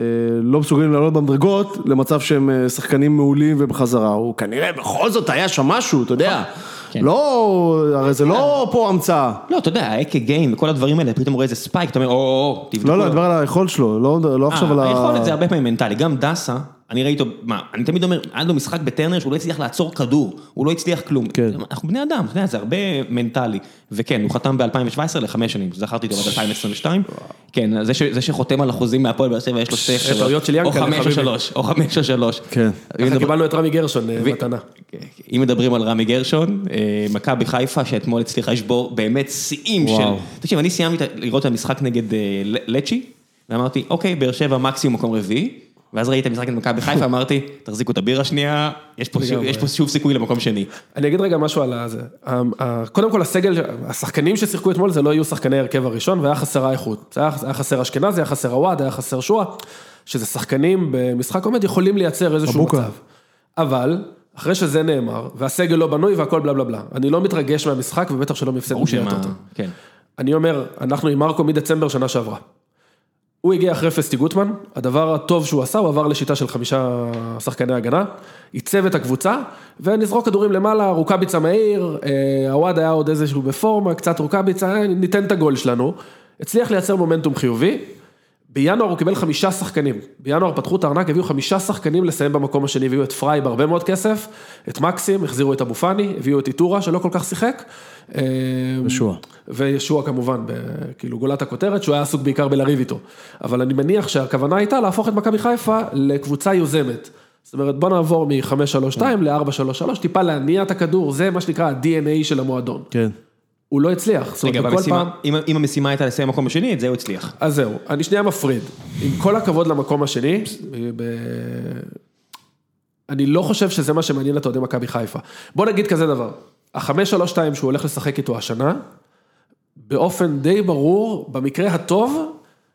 אה, לא מסוגלים לעלות במדרגות, למצב שהם אה, שחקנים מעולים ובחזרה. הוא כנראה בכל זאת היה שם משהו, אתה יודע.
כן.
לא, הרי זה לא פה המצאה.
לא, אתה יודע, האקה גיים וכל הדברים האלה, פתאום רואה איזה ספייק, אתה אומר, או, או, או, תבדקו.
לא, לא, אני מדבר על לא. היכולת שלו, לא לא
אה,
עכשיו על ה...
היכולת זה הרבה פעמים מנטלי, גם דסה, אני ראיתי אותו, מה, אני תמיד אומר, היה לו משחק בטרנר שהוא לא הצליח לעצור כדור, הוא לא הצליח כלום.
כן.
אנחנו בני אדם, אתה יודע, זה הרבה מנטלי. וכן, הוא חתם ב-2017 לחמש שנים, זכרתי אותו עד 2022. כן, אז זה ש- זה שחותם על החוזים מהפועל באר שבע יש לו שכל.
הטעויות של
או
ינקלה,
חמש או
חביבי.
שלוש, או חמש או שלוש.
כן.
אם
ככה
מדבר-
קיבלנו את רמי גרשון אה,
ו-
מתנה.
אם מדברים על רמי גרשון, אה, מכבי חיפה שאתמול הצליחה לשבור באמת שיאים של...
וואו.
תקשיב, אני סיימתי את ה- לראות את המשחק נגד אה, ל- לצ'י, ואמרתי, אוקיי, באר שבע מקסימום מקום רביעי, ואז ראיתי את המשחק נגד מכבי חיפה, אמרתי, תחזיקו את הבירה שנייה, יש פה שוב-
לגמרי.
יש פה שוב סיכוי למקום שני.
אני אגיד רגע משהו על הזה. ה- אמ, ה- קודם כל הסגל, השחקנים ששיחקו אתמול זה לא היו שחקני ההרכב הראשון, והיה חסרה איכות. היה היה חסר אשכנזי, היה חסר עוואד, היה חסר שועה, שזה שחקנים במשחק עומד יכולים לייצר איזשהו
מבוקה.
מצב. אבל, אחרי שזה נאמר, והסגל לא בנוי והכל בלה בלה בלה, אני לא מתרגש מהמשחק ובטח שלא מהפסד
ברור
בגביע
שמה...
הטוטו.
כן.
אני אומר, אנחנו עם מרקו מדצמבר שנה שעברה. הוא הגיע אחרי פסטי גוטמן, הדבר הטוב שהוא עשה, הוא עבר לשיטה של חמישה שחקני הגנה, עיצב את הקבוצה, ונזרוק כדורים למעלה, רוקאביצה מהיר, אה, עווד היה עוד איזשהו בפורמה, קצת רוקאביצה, אה, ניתן את הגול שלנו. הצליח לייצר מומנטום חיובי, בינואר הוא קיבל חמישה שחקנים. בינואר פתחו את הארנק, הביאו חמישה שחקנים לסיים במקום השני, הביאו את פריי בהרבה מאוד כסף, את מקסים, החזירו את אבו פאני, הביאו את איטורה שלא כל כך שיחק. אה,
ושועה.
וישוע כמובן, ב, כאילו גולת הכותרת, שהוא היה עסוק בעיקר בלריב איתו. אבל אני מניח שהכוונה הייתה להפוך את מכבי חיפה לקבוצה יוזמת. זאת אומרת, בוא נעבור מ-5-3-2 ל-4-3-3, טיפה להניע את הכדור, זה מה שנקרא ה-DNA של המועדון.
כן.
הוא לא הצליח, זאת
רגע,
אומרת, בכל פעם...
במשימה, אם- אם המשימה הייתה לסיים מקום בשני, את זה הוא הצליח.
אז זהו, אני שנייה מפריד. עם כל הכבוד למקום השני, ב... אני לא חושב שזה מה שמעניין את אוהדי מכבי חיפה. בוא נגיד כזה דבר, החמש שלוש שתיים שהוא הולך לשחק איתו השנה, באופן די ברור, במקרה הטוב,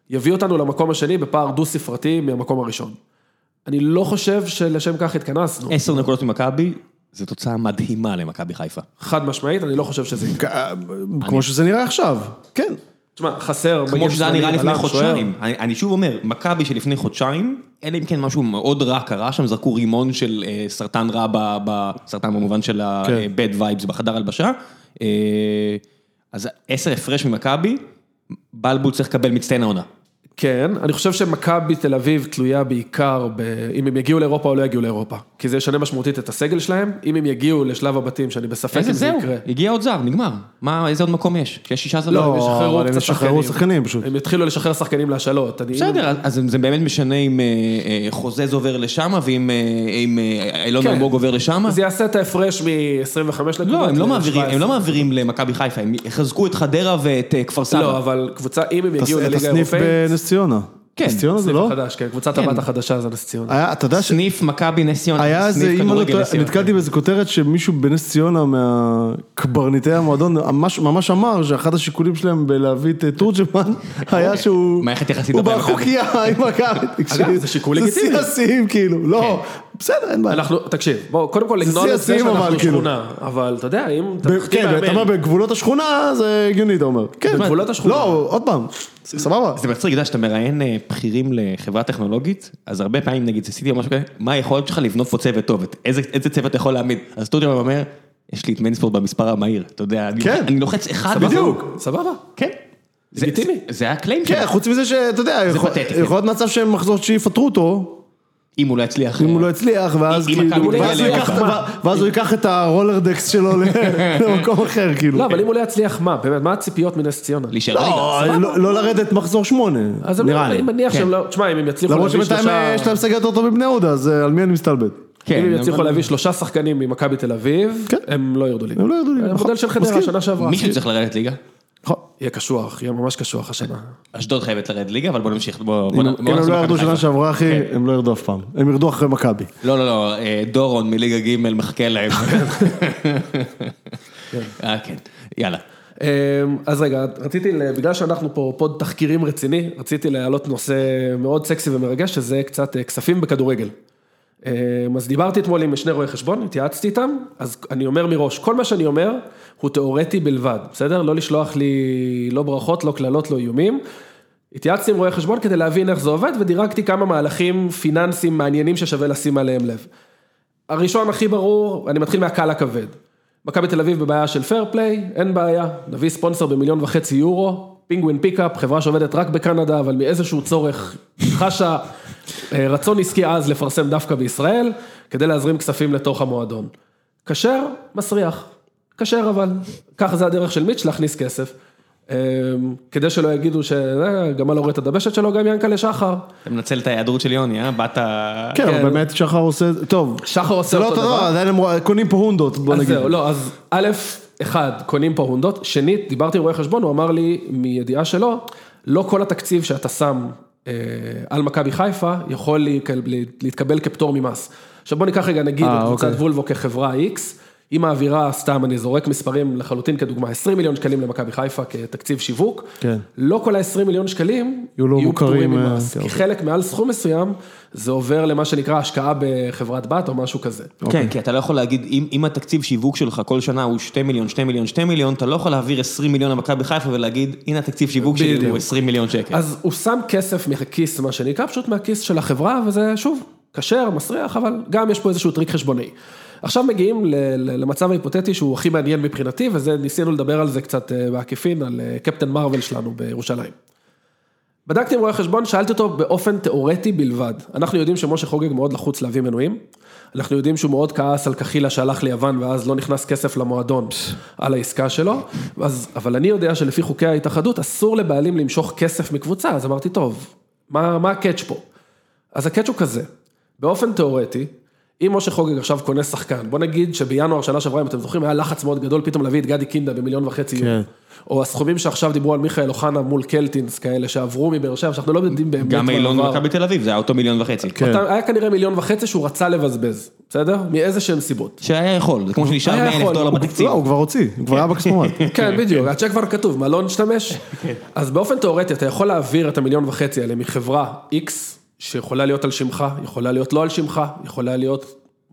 יביא אותנו למקום השני בפער דו-ספרתי מהמקום הראשון. אני לא חושב שלשם כך התכנסנו,
עשר נקודות ממכבי, זו תוצאה מדהימה למכבי חיפה.
חד משמעית, אני לא חושב שזה יקרה.
אה, כמו שזה נראה עכשיו, כן.
תשמע, חסר...
כמו
מגן
שזה היה
שמאלי,
נראה לפני
בלם, שוער.
חודשיים. אני, אני שוב אומר, מכבי שלפני חודשיים, אלא אם כן משהו מאוד רע קרה שם, זרקו רימון של אה, סרטן רע, ב, ב, סרטן במובן של
כן.
ה-bad vibes בחדר הלבשה. אה, אז עשר הפרש ממכבי, בלבול צריך לקבל מצטיין העונה.
כן, אני חושב שמכבי תל אביב תלויה בעיקר ב... אם הם יגיעו לאירופה או לא יגיעו לאירופה. כי זה ישנה משמעותית את הסגל שלהם, אם הם יגיעו לשלב הבתים, שאני בספק אם
איזה
זה
זהו,
יקרה.
הגיע עוד זר, נגמר. מה, איזה עוד מקום יש? שיש שישה זרים?
הם ישחררו
לא, אבל הם
קצת
ישחררו שחקנים פשוט.
הם יתחילו לשחרר שחקנים להשאלות. אני-
בסדר, אז- אז זה באמת משנה אם אה, אה, חוזז עובר לשם, ואם אה, אם, אה, אילון
כן.
אלמוג עובר לשם.
זה יעשה את ההפרש מ-25 נקודות.
לא, הם לא,
ל-
מעבירים, הם
17.
לא מעבירים למכבי חיפה, הם יחזקו את חדרה ואת אה, כפר סבא.
לא, אבל קבוצה, אם הם יגיעו
את
לליגה
הסניף
האירופאית...
בנס ציונה.
כן,
נס ציונה זה לא? אה,
חדש, כן, קבוצת הבת החדשה זה נס ציונה.
היה, אתה יודע ש...
סניף מכבי נס ציונה,
היה איזה,
סניף
אם אני לא
כדורגל נס
טועה,
ציונה.
נתקלתי באיזה כותרת שמישהו בנס ציונה מהקברניטי המועדון ממש, ממש אמר שאחד השיקולים שלהם בלהביא את אה, תורג'מן היה שהוא...
מערכת יחסים
הוא
טובה עם
בחוקייה עם מכבי. תקשיב,
זה שיקול
זה
לגיטימי.
שיא השיאים כאילו, לא, בסדר, אין בעיה.
אנחנו, תקשיב, בואו, קודם כל
זה
לגנוב
שיא
את זה
השיאים, אבל,
שאנחנו
כאילו.
שכונה, אבל אתה יודע, אם אתה
ב- כן, אתה אומר בגבולות השכונה זה הגיוני, אתה אומר. כן,
בגבולות השכונה.
לא, עוד פעם, סבבה.
זה מצחיק, אתה יודע, שאתה מראיין אה, בכירים לחברה טכנולוגית, אז הרבה פעמים נגיד עשיתי או משהו כזה, מה היכולת שלך לבנות פה צוות טוב, את- איזה איזה צוות אתה יכול להעמיד? אז טורג'רמן אומר, יש לי את מנספורט במספר המהיר, אתה יודע, אני-
כן.
אני לוחץ אחד,
בדיוק.
סבבה.
כן, זה-
לגיטימי.
זה- זה הקליים שלו,
כן, חוץ מזה שאתה יודע, יכול
פתטי, כן.
יכול להיות מצב שהם מחזור תשיעי יפטרו אותו,
אם הוא לא יצליח,
אם הוא לא הצליח, ואז
אם
כאילו,
מכבי
תגיע
ואז הוא ייקח את-
לאירופה.
ואז הוא ייקח את הרולרדקס שלו ל- למקום אחר, כאילו.
לא, אבל אם הוא לא יצליח, מה? באמת, מה הציפיות מנס ציונה?
להישאר
לא,
ליגה.
לא- לא לרדת מחזור שמונה,
אז הם-
נראה לי.
אני מניח
כן.
שהם לא... תשמע, אם הם יצליחו
למרות
להביא
שבינתיים
שלושה...
אה, יש להם סגל יותר טוב מבני יהודה, אז אה, על מי אני מסתלבט?
כן,
אם הם יצליחו
אבל-
להביא שלושה שחקנים ממכבי תל אביב,
כן.
הם לא ירדו ליגה.
הם לא ירדו ליגה, נכון.
המודל של חדרה
מסכים.
שנה שעברה.
מישהו צריך לרדת ליגה.
נכון.
יהיה קשוח, יהיה ממש קשוח השנה.
אשדוד חייבת לרדת ליגה, אבל בוא נמשיך. בוא, בוא,
אם
בוא
אם הם
נחזור
לא ירדו
למכבי
שנה
חיפה.
שעברה,
כן.
אחי, הם לא ירדו אף פעם. הם ירדו אחרי מכבי.
לא, לא, לא, אה, דורון מליגה ג' מחכה להם. אה, כן, יאללה.
אמ, אז רגע, רציתי, ל- בגלל שאנחנו פה פוד תחקירים רציני, רציתי להעלות נושא מאוד סקסי ומרגש, שזה קצת אה, כספים בכדורגל. אמ, אז דיברתי אתמול עם שני רואי חשבון, התייעצתי איתם, אז אני אומר מראש, כל מה שאני אומר הוא תיאורטי בלבד, בסדר? לא לשלוח לי לא ברכות, לא קללות, לא איומים. התייעצתי עם רואי חשבון כדי להבין איך זה עובד, ודירקתי כמה מהלכים פיננסיים מעניינים ששווה לשים עליהם לב. הראשון הכי ברור, אני מתחיל מהקהל הכבד. מכבי תל אביב בבעיה של פייר פליי, אין בעיה, נביא ספונסר במיליון וחצי יורו, פינגווין פיקאפ, חברה שעובדת רק בקנדה, אבל מאיזשהו צורך חשה אה, רצון עסקי אז לפרסם דווקא בישראל, כדי להזרים כספים לתוך המועדון. כשר, מסריח. כשר אבל. ככה זה הדרך של מיץ' להכניס כסף. אה, כדי שלא יגידו אה, שגמל הורג את הדבשת שלו, גם ינקלה שחר.
אתה מנצל את ההיעדרות של יוני, אה? באת...
כן,
כן.
אבל באמת שחר עושה, טוב.
שחר עושה
זה לא
אותו
אותו
דבר.
דבר, עדיין הם רוא- קונים פה הונדות, בוא
אז
נגיד.
זהו, לא, אז א', אחד, קונים פה הונדות, שנית, דיברתי עם רואה חשבון, הוא אמר לי, מידיעה שלו, לא כל התקציב שאתה שם אה, על מכבי חיפה, יכול להיקל- להתקבל כפטור ממס. עכשיו בוא ניקח רגע, נגיד,
אה,
את קבוצת
אוקיי.
וולבו כחברה X, היא מעבירה, סתם, אני זורק מספרים לחלוטין כדוגמה, 20 מיליון שקלים למכבי חיפה כתקציב שיווק,
כן.
לא כל ה-20 מיליון שקלים
יהיו לא
פטורים
מוכרים, אה,
ממס,
כן,
כי
אוקיי.
חלק מעל סכום מסוים, זה עובר למה שנקרא השקעה בחברת בת או משהו כזה.
כן, כי אתה לא יכול להגיד, אם, אם התקציב שיווק שלך כל שנה הוא 2 מיליון, 2 מיליון, 2 מיליון, אתה לא יכול להעביר 20 מיליון למכבי חיפה ולהגיד, הנה התקציב שיווק שלי
בדיוק.
הוא 20 מיליון שקל.
אז הוא שם כסף מהכיס, מה שנקרא, פשוט מהכיס של החברה, וזה שוב, כשר, מסריח, אבל גם יש פה איזשהו טריק חשבוני. עכשיו מגיעים ל- ל- למצב ההיפותטי שהוא הכי מעניין מבחינתי, וזה, ניסינו לדבר על זה קצת אה, בעקיפין, על אה, קפטן מרוויל שלנו בירושלים. בדקתי עם רואה חשבון, שאלתי אותו באופן תיאורטי בלבד. אנחנו יודעים שמשה חוגג מאוד לחוץ להביא מנויים. אנחנו יודעים שהוא מאוד כעס על קחילה שהלך ליוון ואז לא נכנס כסף למועדון על העסקה שלו. אז, אבל אני יודע שלפי חוקי ההתאחדות אסור לבעלים למשוך כסף מקבוצה, אז אמרתי, טוב, מה, מה הקאץ' פה? אז הקאץ' הוא כזה, באופן תיאורטי, אם משה חוגג עכשיו קונה שחקן, בוא נגיד שבינואר שנה שעברה, אם אתם זוכרים, היה לחץ מאוד גדול פתאום להביא את גדי קינדה במיליון וחצי
כן.
יורו. או הסכומים שעכשיו דיברו על מיכאל אוחנה מול קלטינס כאלה שעברו מבאר שבע, שאנחנו לא יודעים באמת
גם
מה
אילון
עבר.
ומכבי תל אביב, זה היה אותו מיליון וחצי.
כן.
אותם- היה כנראה מיליון וחצי שהוא רצה לבזבז, בסדר? מאיזה שהן סיבות.
שהיה יכול, זה כמו שנשאר
היה
100 אלף
יכול,
דולר
הוא-
בתקציב.
לא, הוא כבר הוציא, הוא כבר היה בכספומט.
כן, בדיוק, הצ'ק כבר כתוב, מה לא נשתמש? אז באופן תיאורטי, אתה יכול להעביר את המיליון וחצי האלה מחברה X, שיכולה להיות על שמך, יכולה להיות לא על שמך, יכולה להיות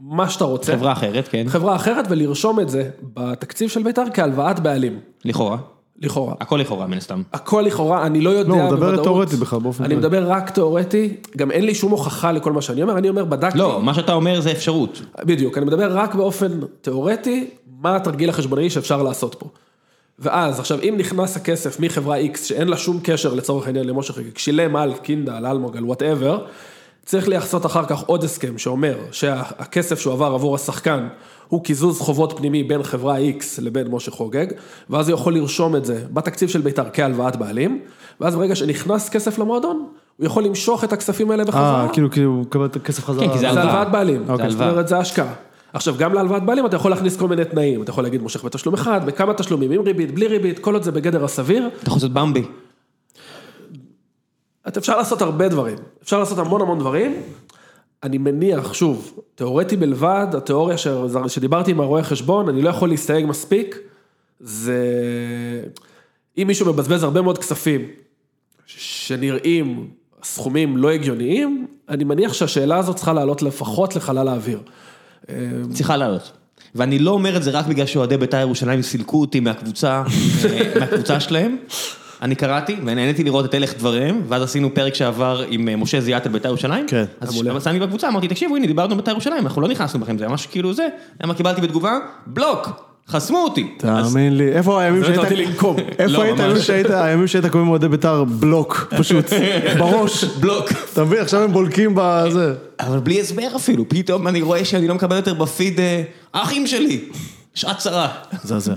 מה שאתה רוצה.
חברה אחרת, כן,
חברה אחרת, ולרשום את זה בתקציב של בית"ר כהלוואת בעלים,
לכאורה.
לכאורה.
הכל לכאורה, מן הסתם.
הכל לכאורה, אני לא יודע
לא, הוא מדבר
בוודאות.
תיאורטי בכלל, באופן
אני
כללי.
מדבר רק תיאורטי, גם אין לי שום הוכחה לכל מה שאני אומר, אני אומר בדקתי.
לא, מה שאתה אומר זה אפשרות.
בדיוק, אני מדבר רק באופן תיאורטי, מה התרגיל החשבונאי שאפשר לעשות פה. ואז, עכשיו, אם נכנס הכסף מחברה X, שאין לה שום קשר לצורך העניין למשה חגיג, שילם על קינדה, על אלמוג, על וואטאבר, צריך לעשות אחר כך עוד הסכם שאומר שהכסף שהועבר עבור השחקן הוא קיזוז חובות פנימי בין חברה X לבין משה חוגג, ואז הוא יכול לרשום את זה בתקציב של בית"ר כהלוואת בעלים, ואז ברגע שנכנס כסף למועדון, הוא יכול למשוך את הכספים האלה בחזרה.
אה, כאילו, כאילו, הוא מקבל את הכסף חזרה.
כן, כי זה
זה
הלוואה.
הלוואת בעלים,
אוקיי.
זאת
זה הלוואה.
אומרת זה השקעה. עכשיו גם להלוואת בעלים אתה יכול להכניס כל מיני תנאים, אתה יכול להגיד מושך בתשלום אחד, בכמה תשלומים, עם ריבית, בלי ריבית, כל עוד זה בגדר הסביר,
אתה יכול לעשות במבי.
את אפשר לעשות הרבה דברים, אפשר לעשות המון המון דברים. אני מניח, שוב, תיאורטי בלבד, התיאוריה ש... שדיברתי עם הרואה חשבון, אני לא יכול להסתייג מספיק, זה... אם מישהו מבזבז הרבה מאוד כספים שנראים סכומים לא הגיוניים, אני מניח שהשאלה הזאת צריכה לעלות לפחות לחלל האוויר.
צריכה לעלות. ואני לא אומר את זה רק בגלל שאוהדי בית"ר ירושלים סילקו אותי מהקבוצה, אה, מהקבוצה שלהם. אני קראתי ונהניתי לראות את הלך דבריהם, ואז עשינו פרק שעבר עם אה, משה זיאת על בית"ר ירושלים.
כן,
אז שמתי בקבוצה, אמרתי, תקשיבו, הנה, דיברנו על בית"ר ירושלים, אנחנו לא נכנסנו בכם, זה ממש כאילו זה. למה קיבלתי בתגובה? בלוק! חסמו אותי. אז
תאמין לי, איפה הימים
באמת
שהיית...
באתי לנקום.
לא,
איפה היית
ממש.
הימים שהיית- הימים שהיית קוראים לאוהדי בית"ר בלוק, פשוט, בראש.
בלוק.
אתה מבין, עכשיו הם בולקים בזה.
אבל בלי הסבר אפילו, פתאום אני רואה שאני לא מקבל יותר בפיד, אה, אחים שלי, שעת צרה.
מזעזע.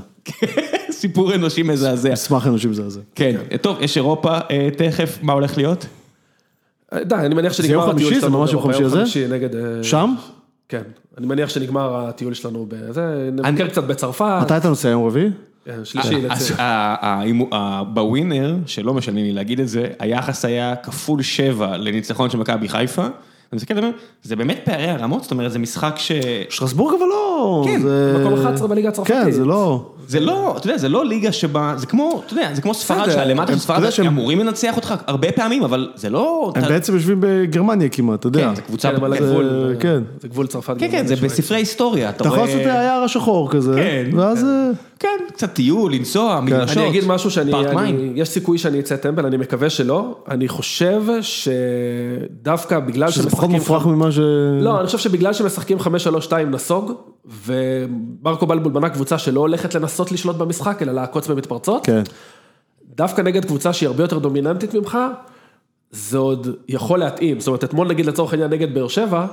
סיפור אנושי מזעזע.
מסמך אנושי מזעזע.
כן, טוב, יש אירופה אה, תכף, מה הולך להיות?
די, אני מניח
יום
שנגמר
חמישי?
הטיול
זה
שלנו
ממש יום
באירופה,
חמישי הזה?
חמישי נגד... אה,
שם?
כן. אני מניח שנגמר הטיול שלנו בזה, נבקר קצת בצרפת,
מתי אתה נוסע יום רביעי?
אה, שלישי
אז
לצאת.
ה- ה- ה- בווינר, שלא משלמים לי להגיד את זה, היחס היה כפול שבע לניצחון של מכבי חיפה. אני מסתכל ואומר, זה באמת פערי הרמות? זאת אומרת, זה משחק ש...
שטרסבורג אבל לא...
כן,
זה-
מקום 11 בליגה הצרפתית.
כן, זה לא...
זה לא, אתה יודע, זה לא ליגה שבה, זה כמו, אתה יודע, זה כמו ספרד
בסדר,
שהלמטה של
הם- אתה
ספרד
יודע שהם-
אמורים לנצח אותך הרבה פעמים, אבל זה לא...
הם
אתה-
בעצם יושבים בגרמניה כמעט, אתה יודע.
כן, זה קבוצה...
כן, אבל
כן,
זה-
הגבול,
כן.
זה גבול צרפת.
כן, כן, זה
גרמניה, שווייץ.
בספרי היסטוריה, אתה
אתה יכול
רואה...
לעשות היער השחור כזה,
כן.
ואז... אה,
כן, קצת טיול, לנסוע,
כן.
מגרשות.
אני אגיד משהו שאני,
פארק מים.
אני, יש סיכוי שאני אצא טמבל, אני מקווה שלא. אני חושב שדווקא בגלל
שזה פחות
שמשחקים
מופרך
חמ-
ממה ש...
לא, אני חושב שבגלל שמשחקים 5-3-2 נסוג, ומרקו בלבול בנה קבוצה שלא הולכת לנסות לשלוט במשחק, אלא לעקוץ במתפרצות,
כן.
דווקא נגד קבוצה שהיא הרבה יותר דומיננטית ממך, זה עוד יכול להתאים. זאת אומרת, אתמול נגיד לצורך העניין נגד באר שבע,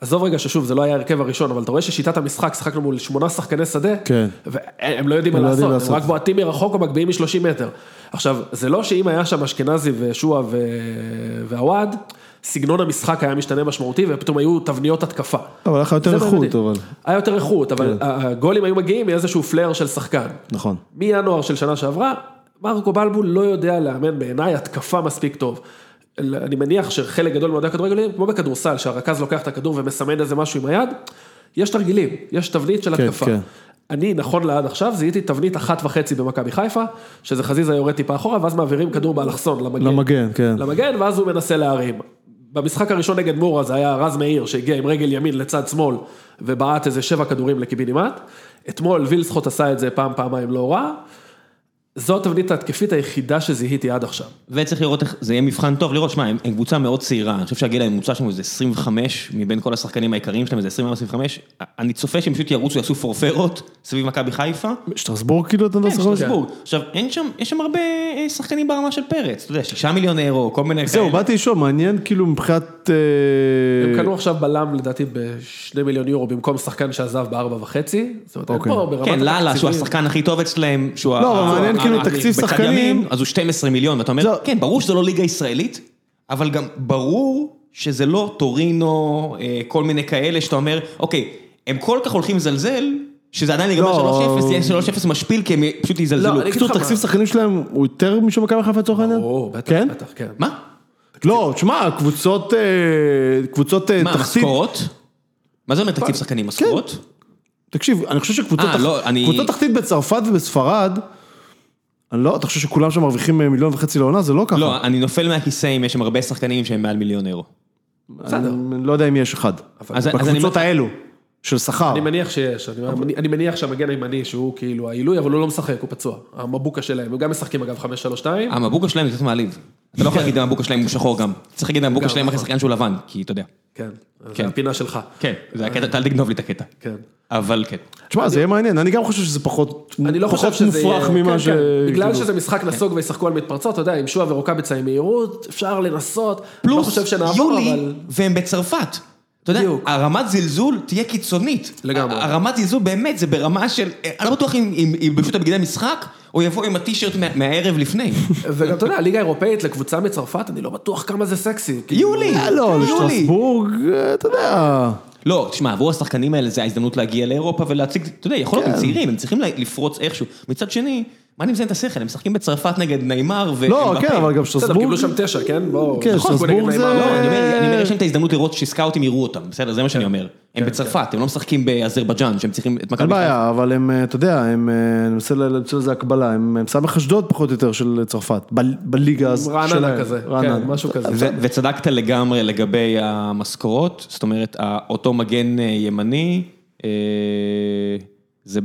עזוב רגע ששוב, זה לא היה ההרכב הראשון, אבל אתה רואה ששיטת המשחק, שחקנו מול שמונה שחקני שדה,
כן.
והם לא יודעים מה
הם לא
לעשות,
יודעים
הם
לעשות.
רק בועטים מרחוק או מגביהים מ-30 מטר. עכשיו, זה לא שאם היה שם אשכנזי ושועה ו- ועווד, סגנון המשחק היה משתנה משמעותי, ופתאום היו תבניות התקפה.
אבל כן. היה לך יותר
זה לא
איכות,
יודעים.
אבל.
היה יותר איכות, אבל הגולים היו מגיעים מאיזשהו פלר של שחקן.
נכון.
כן.
מינואר של שנה שעברה, מרקו בלבול לא יודע לאמן בעיניי התקפה מספיק טוב. אני מניח שחלק גדול מאוהדי הכדורגל, כמו בכדורסל, שהרכז לוקח את הכדור ומסמן איזה משהו עם היד, יש תרגילים, יש תבנית של
כן,
התקפה.
כן.
אני, נכון לעד עכשיו, זיהיתי תבנית אחת וחצי במכבי חיפה, שזה חזיזה יורד טיפה אחורה, ואז מעבירים כדור באלכסון למגן.
למגן, כן.
למגן, ואז הוא מנסה להרים. במשחק הראשון נגד מורה זה היה רז מאיר שהגיע עם רגל ימין לצד שמאל ובעט איזה שבע כדורים לקיבינימט. אתמול וילסחוט עשה את זה פעם, פעמיים לא רע. זו התבנית ההתקפית היחידה שזיהיתי עד עכשיו.
וצריך לראות איך, זה יהיה מבחן טוב, לראות, שמע, הם, הם קבוצה מאוד צעירה, אני חושב שהגיל הממוצע שלהם הוא איזה 25, מבין כל השחקנים העיקריים שלהם איזה 24-25, אני צופה שהם פשוט ירוצו, יעשו פורפרות סביב מכבי חיפה.
שטרסבורג כאילו אתה
כן,
מדבר על
שטרסבורג. עכשיו, אין שם, יש שם הרבה אה, שחקנים ברמה של פרץ, אתה יודע, שישה מיליון אירו, כל מיני
זהו, באתי לשאול, מעניין כאילו מבחינת... אה,
הם קנו עכשיו בלם לדעתי בשני מיליון יורו במקום שחקן שעזב בארבע וחצי. זאת אומרת, הם
אוקיי.
פה ברמת
כן, לאללה, שהוא
התקציבים.
השחקן הכי טוב אצלהם, שהוא ה...
לא, אבל מעניין,
ה-
כאילו,
ה-
תקציב
בצד
שחקנים-
ימין, אז הוא 12 מיליון, ואתה אומר,
זהו.
כן, ברור שזו לא ליגה ישראלית, אבל גם ברור שזה לא טורינו, אה, כל מיני כאלה, שאתה אומר, אוקיי, הם כל כך הולכים לזלזל, שזה עדיין
לא.
ייגמר 3-0, יהיה 3-0 משפיל, כי הם פשוט יזלזלו.
לא, אני- אגיד
קיצור,
לך מה.
תקציב שחקנים שלהם הוא יותר משל מכבי חיפה לצורך העניין?
או, בטח,
כן?
בטח, כן.
מה?
לא, תשמע, קבוצות אה, קבוצות אה,
מה,
תחתית...
משכורות? מה זה אומר תקציב שחקנים? משכורות?
תקשיב, אני חושב שקבוצות
אה,
תח-
לא, אני-
קבוצות תחתית בצרפת ובספרד, אני לא, אתה חושב שכולם שם מרוויחים אה, מיליון וחצי לעונה? זה לא ככה.
אה,
לא, אני נופל מהכיסא אם יש שם הרבה שחקנים שהם מעל מיליון אירו.
בסדר.
אני, אני לא יודע אם יש אחד.
אז- אז אני-
בקבוצות האלו, של שכר.
אני מניח שיש, אני, אני, אני מניח שהמגן הימני שהוא כאילו העילוי, אבל הוא לא משחק, הוא פצוע. המבוקה שלהם, הם גם משחקים אגב 5-3-2.
המבוקה אה, שלהם זה קצת מעליב. אתה לא יכול להגיד המבוקה שלהם הוא שחור גם. צריך להגיד המבוקה
גם,
שלהם אחרי
נכון.
שחקן שהוא לבן, כי אתה יודע.
כן, אז
כן.
זה הפינה שלך.
כן, זה הקטע, אתה אל תגנוב לי את הקטע.
כן.
אבל כן.
לא
תשמע, זה יהיה מעניין, אני גם חושב שזה פחות,
אני לא חושב
פחות
שזה יהיה...
מופרך ממה
כן,
ש...
כן. בגלל
כאילו-
שזה משחק נסוג וישחקו על מתפרצות, אתה יודע, עם שועה ורוקאביצה עם מהירות, אפשר לנסות. לא
פלוס
חושב שנעבור,
יולי,
אבל...
והם בצרפת. אתה יודע,
בדיוק.
הרמת זלזול תהיה קיצונית.
לגמרי.
ה- הרמת זלזול באמת, זה ברמה של... אני לא בטוח אם- אם ילבשו את הבגדי המשחק, או יבואו עם הטישרט מה- מהערב לפני.
וגם אתה יודע, הליגה האירופאית לקבוצה מצרפת, אני לא בטוח כמה זה סקסי. כאילו,
יולי!
אה, לא,
יולי!
לשטרסבורג, אה, אתה יודע.
לא, תשמע, עבור השחקנים האלה זה ההזדמנות להגיע לאירופה ולהציג, אתה יודע, יכול
כן.
להיות, הם צעירים, הם צריכים ל- לפרוץ איכשהו. מצד שני, מה אני מזיין את השכל? הם משחקים בצרפת נגד נעימר ו...
לא,
אמבפה.
כן, אבל גם
בסדר,
שטרסבורג...
קיבלו שם תשע, כן? בואו.
כן,
נכון,
שטרסבורג
נגד
זה-
נעימר.
לא, אני אומר, אני אומר, יש להם את ההזדמנות לראות שסקאוטים יראו אותם, בסדר, זה מה שאני אומר. הם בצרפת, הם לא משחקים באזרבייג'אן, שהם צריכים את
אין
מכבי חיפה.
בעיה, אבל הם, אה, אתה יודע, הם, אה, אני מנסה ל- למצוא לזה הקבלה, הם הם סמך אשדוד פחות או יותר של צרפת, ב- בליגה הז- שלהם.
רעננה כזה,
רעננה. אה,
כן, משהו כזה.
ו- וצדקת לגמרי לגבי המשכורות, זאת אומרת, ה- אותו מגן אה, ימני, אה, זה-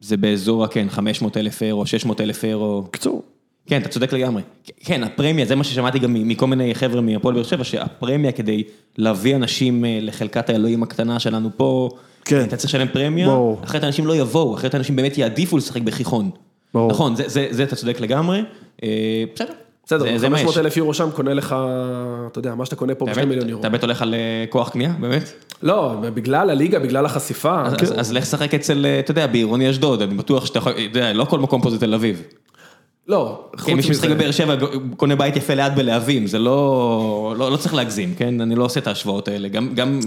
זה באזור, ה- כן, 500 אלף אירו, 600 אלף אירו.
בקיצור,
כן, אתה צודק לגמרי. כן, הפרמיה, זה מה ששמעתי גם מ- מכל מיני חבר'ה מהפועל באר שבע, שהפרמיה כדי להביא אנשים אה, לחלקת האלוהים הקטנה שלנו פה,
כן.
אתה צריך לשלם פרמיה,
ברור.
אחרת אנשים לא יבואו, אחרת אנשים באמת יעדיפו לשחק בכיכון.
ברור.
נכון, זה, זה, זה אתה צודק לגמרי, אה, בסדר.
בסדר,
זה מה יש.
500 אלף יורו שם קונה לך, אתה יודע, מה שאתה קונה פה
אתה
בשני
באמת-
מיליון יורו.
אתה באמת הולך על אה, כוח קנייה, באמת?
אה,
לא, בגלל הליגה, בגלל החשיפה. כן.
כן.
אז- אז- אז לך שחק אצל, אה, אתה יודע, בעירוני אשדוד, אני בטוח שאתה יכול, אתה יודע, לא כל מקום פה זה תל אביב.
לא,
כן, מי
חוץ
שמשחק
מזה.
בבאר שבע קונה בית יפה ליד בלהבים, זה לא, לא, לא צריך להגזים, כן? אני לא עושה את ההשוואות האלה. גם, גם,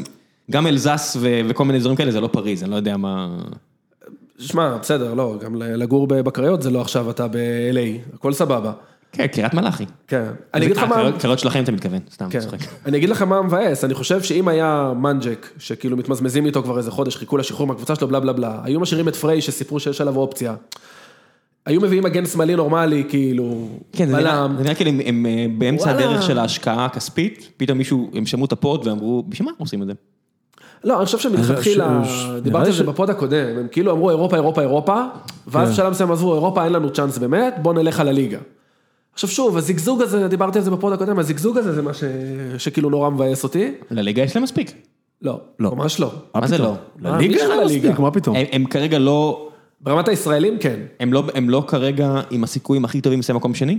גם אלזס ו, וכל מיני דברים כאלה, זה לא פריז, אני לא יודע מה...
שמע, בסדר, לא, גם לגור בקריות זה לא עכשיו אתה ב-LA, הכל סבבה.
כן, קריית מלאכי.
כן. אני אגיד לך מה...
הקריות- קריות שלכם אתה מתכוון, סתם,
כן.
צוחק.
אני אגיד לך מה מבאס, אני חושב שאם היה מנג'ק, שכאילו מתמזמזים איתו כבר איזה חודש, חיכו לשחרור מהקבוצה שלו, בלה בלה בלה, היו משאירים את פריי שסיפרו שיש עליו אופציה. היו מביאים מגן שמאלי נורמלי, כאילו,
כן, זה נראה,
בלם.
זה נראה כאילו הם, הם אה, באמצע
וואלה.
הדרך של ההשקעה הכספית, פתאום מישהו, הם שמעו את הפוד ואמרו, בשביל מה אנחנו עושים את זה?
לא, אני חושב שמלכתחילה,
אה, ש- ש-
דיברתי
נראה
על זה
ש- כן.
בפוד הקודם, הם כאילו אמרו אירופה, אירופה, אירופה, ואז בשלב מסוים עזבו, אירופה אין לנו צ'אנס באמת, בוא נלך על הליגה. עכשיו שוב, הזיגזוג הזה, דיברתי על זה בפוד הקודם, הזיגזוג הזה זה מה ש- שכאילו נורא מבאס אותי.
לליגה יש להם מספיק.
לא,
לא.
ממש לא.
מה זה
פתאום?
לא?
מה, מי
לליגה?
שלך
לא
לליגה?
מספיק, מה פתאום?
הם, הם כרגע לא,
ברמת הישראלים כן.
הם לא, הם לא כרגע עם הסיכויים הכי טובים לסיים מקום שני?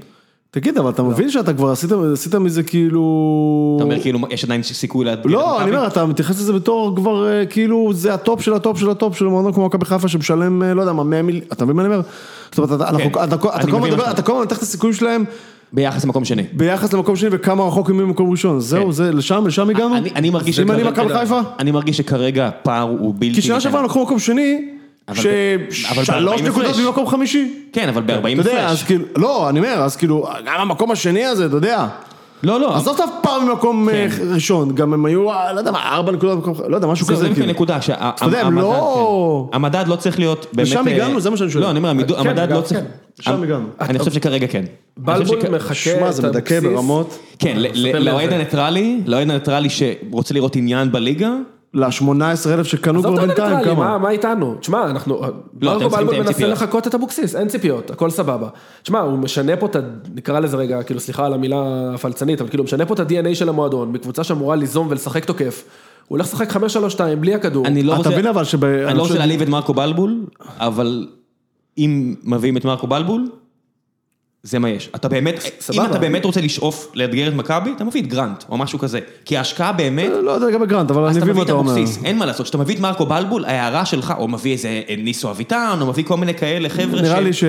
תגיד, אבל אתה מבין שאתה כבר עשית- עשית מזה כאילו...
אתה אומר כאילו, יש עדיין סיכוי להדביק את
לא, אני
מכבי?
אומר, אתה מתייחס לזה בתור כבר אה, כאילו זה הטופ של הטופ של הטופ של מועדון כמו מכבי חיפה שמשלם, אה, לא יודע מה, 100 מיל... אתה מבין מה אני אומר? זאת אומרת, אתה- אנחנו-
כן,
אתה כל- אתה
אני
כל הזמן
מבין מה
מדבר-
שאתה
אתה כל הזמן מתחת את הסיכויים שלהם
ביחס למקום שני.
ביחס למקום שני וכמה רחוק הם ממקום ראשון. זהו, זה לשם, לשם הגענו?
כן. אני- אני מרגיש
אם אני
שכרגע-
מכבי חיפה?
אני מרגיש שכרגע הפער הוא בלתי...
כי שנה שעברה
ניתן.
לקחו מקום שני,
כן, אבל ב- אבל
ששלוש
ב-
נקודות
הפרש.
ממקום חמישי.
כן, אבל ב-40
אתה יודע, אז
הפרש.
כאילו, לא, אני אומר, אז כאילו, גם המקום השני הזה, אתה יודע.
לא, לא.
עזוב את הפער ממקום אה, ראשון, גם הם היו, אה, לא יודע מה, ארבע נקודות במקום, לא יודע, משהו
זהו,
כזה,
כן. זה בדיוק
כאילו.
הנקודה,
יודע, הם
שהמדד,
לא-
המדד לא צריך להיות באמת...
לשם
אה,
הגענו, זה מה שאני שואל.
לא, אני אומר, המידו-
כן,
המדד
גם
לא צריך...
כן,
לשם הגענו.
אני חושב שכרגע כן. אני חושב
בלבול
שכ-
מחכה
שמע, זה
את
מדכא
הבסיס.
ברמות.
כן, ל-
ספר
ל-
לי
לאוהד
על זה.
הניטרלי, לאוהד הניטרלי שרוצה לראות עניין בליגה,
ל-18,000 שקנו
עזוב
כבר
את
בינתיים,
הניטרלי, מה,
כמה?
מה איתנו? תשמע, אנחנו...
לא, אתם צריכים
מרקו
לתאם
בלבול מנסה
ציפיות.
לחקות את אבוקסיס, אין ציפיות, הכל סבבה. תשמע, הוא משנה פה את ה... נקרא לזה רגע, כאילו, סליחה על המילה הפלצנית, אבל כאילו, הוא משנה פה את ה-DNA של המועדון, מקבוצה שאמורה ליזום ולשחק תוקף. הוא הולך לשחק 5-3-2 בלי הכדור.
אני לא
אתה
רוצה...
מבין אבל שב...
אני לא רוצה להעליב את מרקו בלבול, אבל אם מביאים את מרקו בלבול, זה מה יש. אתה באמת,
אה,
אם
סבבה.
אתה באמת רוצה לשאוף לאתגר את מכבי, אתה מביא את גרנט או משהו כזה. כי ההשקעה באמת,
לא יודע לגבי גרנט, אבל
אז
אני
אתה
מבין
מביא
מה
את
אתה אומר.
אבוקסיס, אין מה לעשות. כשאתה מביא את מרקו בלבול, ההערה שלך, או מביא איזה אה, ניסו אביטן, או מביא כל מיני כאלה חבר'ה
נראה לי
ש...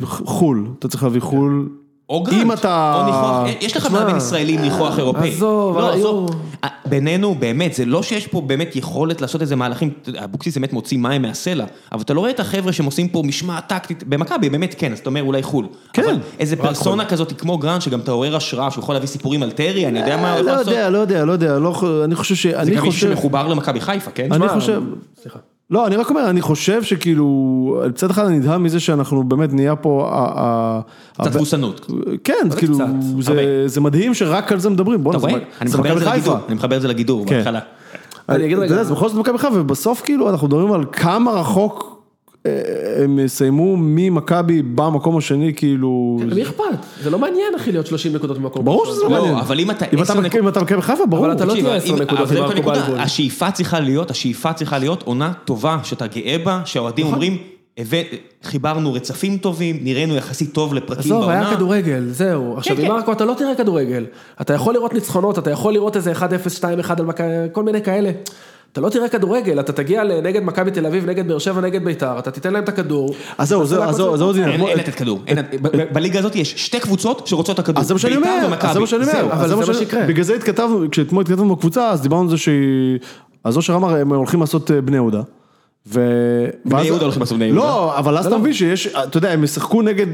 שחו"ל, אתה צריך להביא חו"ל.
או גרנט.
אם אתה-
או ניחוח, יש לך
תשמע. אה,
מאמן ישראלי עם ניחוח אירופאי.
עזוב,
לא,
היו-
עזוב. בינינו, באמת, זה לא שיש פה באמת יכולת לעשות איזה מהלכים, אתה יודע, אבוקסיס באמת מוציא מים מהסלע, אבל אתה לא רואה את החבר'ה שהם עושים פה משמעת טקטית, במכבי באמת כן, אז אתה אומר אולי חו"ל.
כן.
אבל איזה פרסונה כזאת כמו גרנט, שגם תעורר השראה, שהוא יכול להביא סיפורים על טרי, אני יודע מה הוא
לא
יכול לעשות.
יודע, לא יודע, לא יודע, לא יכול- אני חושב ש...
זה
אני
גם מישהו
חושב...
שמחובר למכבי חיפה, כן?
אני
תשמע,
חושב-
סליחה.
לא, אני רק אומר, אני חושב שכאילו, מצד אחד אני נדהם מזה שאנחנו באמת נהיה פה... ה- ה-
קצת
ה-
תבוסנות.
כן, כאילו,
קצת?
זה-
הרבה.
זה מדהים שרק על זה מדברים.
אתה
בואנה, זה
רואה?
מ-
אני
זה
מחבר את
לא מכבי
זה
חיפה.
לגידור, אני מחבר את זה לגידור
כן.
בהתחלה.
אני אגיד
אתה
רגע.
יודע, זה בכל זאת מכבי חיפה, ובסוף כאילו אנחנו מדברים על כמה רחוק אה, הם יסיימו ממכבי במקום השני, כאילו...
למי אכפת? זה לא מעניין, אחי, להיות 30 נקודות במקום.
ברור שזה לא
לא,
מעניין.
אבל אם אתה
אם
עשר נקודות-
אם אתה מכבי חיפה, ברור.
אבל אתה לא
תקשיב,
תראה עשר
אם-
נקודות
אבל זה
למרקו
הנקודה.
בלבול.
השאיפה צריכה להיות, השאיפה צריכה להיות עונה טובה, שאתה גאה בה, שהאוהדים
נכון.
אומרים, "הבא- חיברנו רצפים טובים, נראינו יחסית טוב לפרקים
עזוב,
בעונה.
היה כדורגל, זהו. עכשיו,
כן.
עם מרקו אתה לא תראה כדורגל. אתה יכול לראות ניצחונות, אתה יכול לראות איזה 1-0, 2-1, על מכ- כל מיני כאלה. אתה לא תראה כדורגל, אתה תגיע נגד מכבי תל אביב, נגד באר שבע, נגד ביתר, אתה תיתן להם את הכדור.
אז זהו, זהו,
תעשה
אז זהו,
הכל
אז זהו, אז
אין
הנה,
אין לתת כדור. אין- ב- ב- בליגה הזאת יש שתי קבוצות שרוצות את הכדור.
אז זה מה שאני
בית"ר
אומר,
ומכבי.
אז זה מה שאני
זהו.
אומר,
אבל
אז
זה
זה
מה
מה שיקרה.
שיקרה.
בגלל זה התכתבנו, כשאתמול התכתבנו בקבוצה, אז דיברנו על זה ש... אז אושר אמר, הם הולכים לעשות אה, בני יהודה. ו... בני
יהודה הולכים לעשות בני
לא,
יהודה.
אבל אז אתה מבין שיש, אתה יודע, הם ישחקו נגד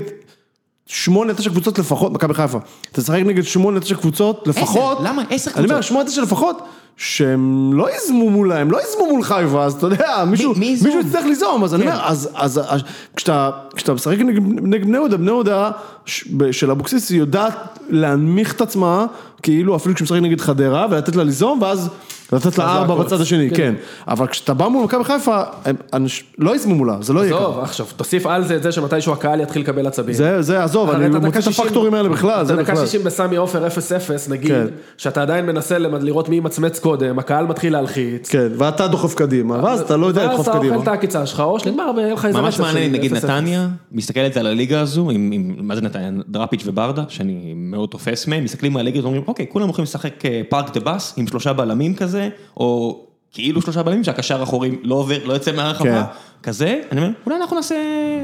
שמונה, תשע קבוצות לפחות, מכבי חיפה. אתה תשחק נגד שמונה, תשע קבוצות לפחות.
למה? עשר
אני אומר,
קבוצות.
שמונה, תשע לפחות, שהם לא ייזמו מולה, הם לא ייזמו מול חיפה, אז אתה יודע, מישהו
מי ייזום?
מישהו יצטרך ליזום,
כן.
אז אני אומר, אז- אז אז- כשאתה כשאתה משחק נגד נגד בני יהודה, בני יהודה ש- ב- של אבוקסיס היא יודעת להנמיך את עצמה, כאילו אפילו כשמשחק נגד חדרה, ולתת לה ליזום, ואז לתת לה ארבע
לעקוץ,
בצד השני, כן. אבל כשאתה בא מול מכבי חיפה, הם אנש- לא ייזמו מולה, זה לא יהיה ככה.
טוב, עכשיו, תוסיף על זה את זה שמתישהו הקהל יתחיל לקבל עצבים.
זה, זה, עזוב,
הרי
אני
אתה
מוצא
דקה
את
60
הפקטורים האלה בכלל, זה
אתה
בכלל.
דקה 60 בסמי עופר 0-0, נגיד,
כן.
שאתה עדיין מנסה למד- לראות מי ימצמץ קודם, הקהל מתחיל להלחיץ.
כן, ואתה דוחף קדימה, ואז אתה לא יודע לדחוף
ואז אתה
קדימה.
אוכל את העקיצה שלך, או שנגמר, ויהיה לך איזה
ממש
רצף
מעניין,
של
נגיד
0-0.
נתניה, מסתכלת על הליגה הזו, עם, עם, מה זה נתניה, דראפיץ' וברדה, שאני מאוד תופס מהם, מסתכלים על הליגה הזו, אומרים, אוקיי, כולם הולכים לשחק אה, פארק דה בס עם שלושה בלמים כזה, או כאילו שלושה בלמים, שהקשר האחורי לא עובר, לא יוצא מהרחבה,
כן.
כזה, אני אומר, אולי אנחנו נעשה,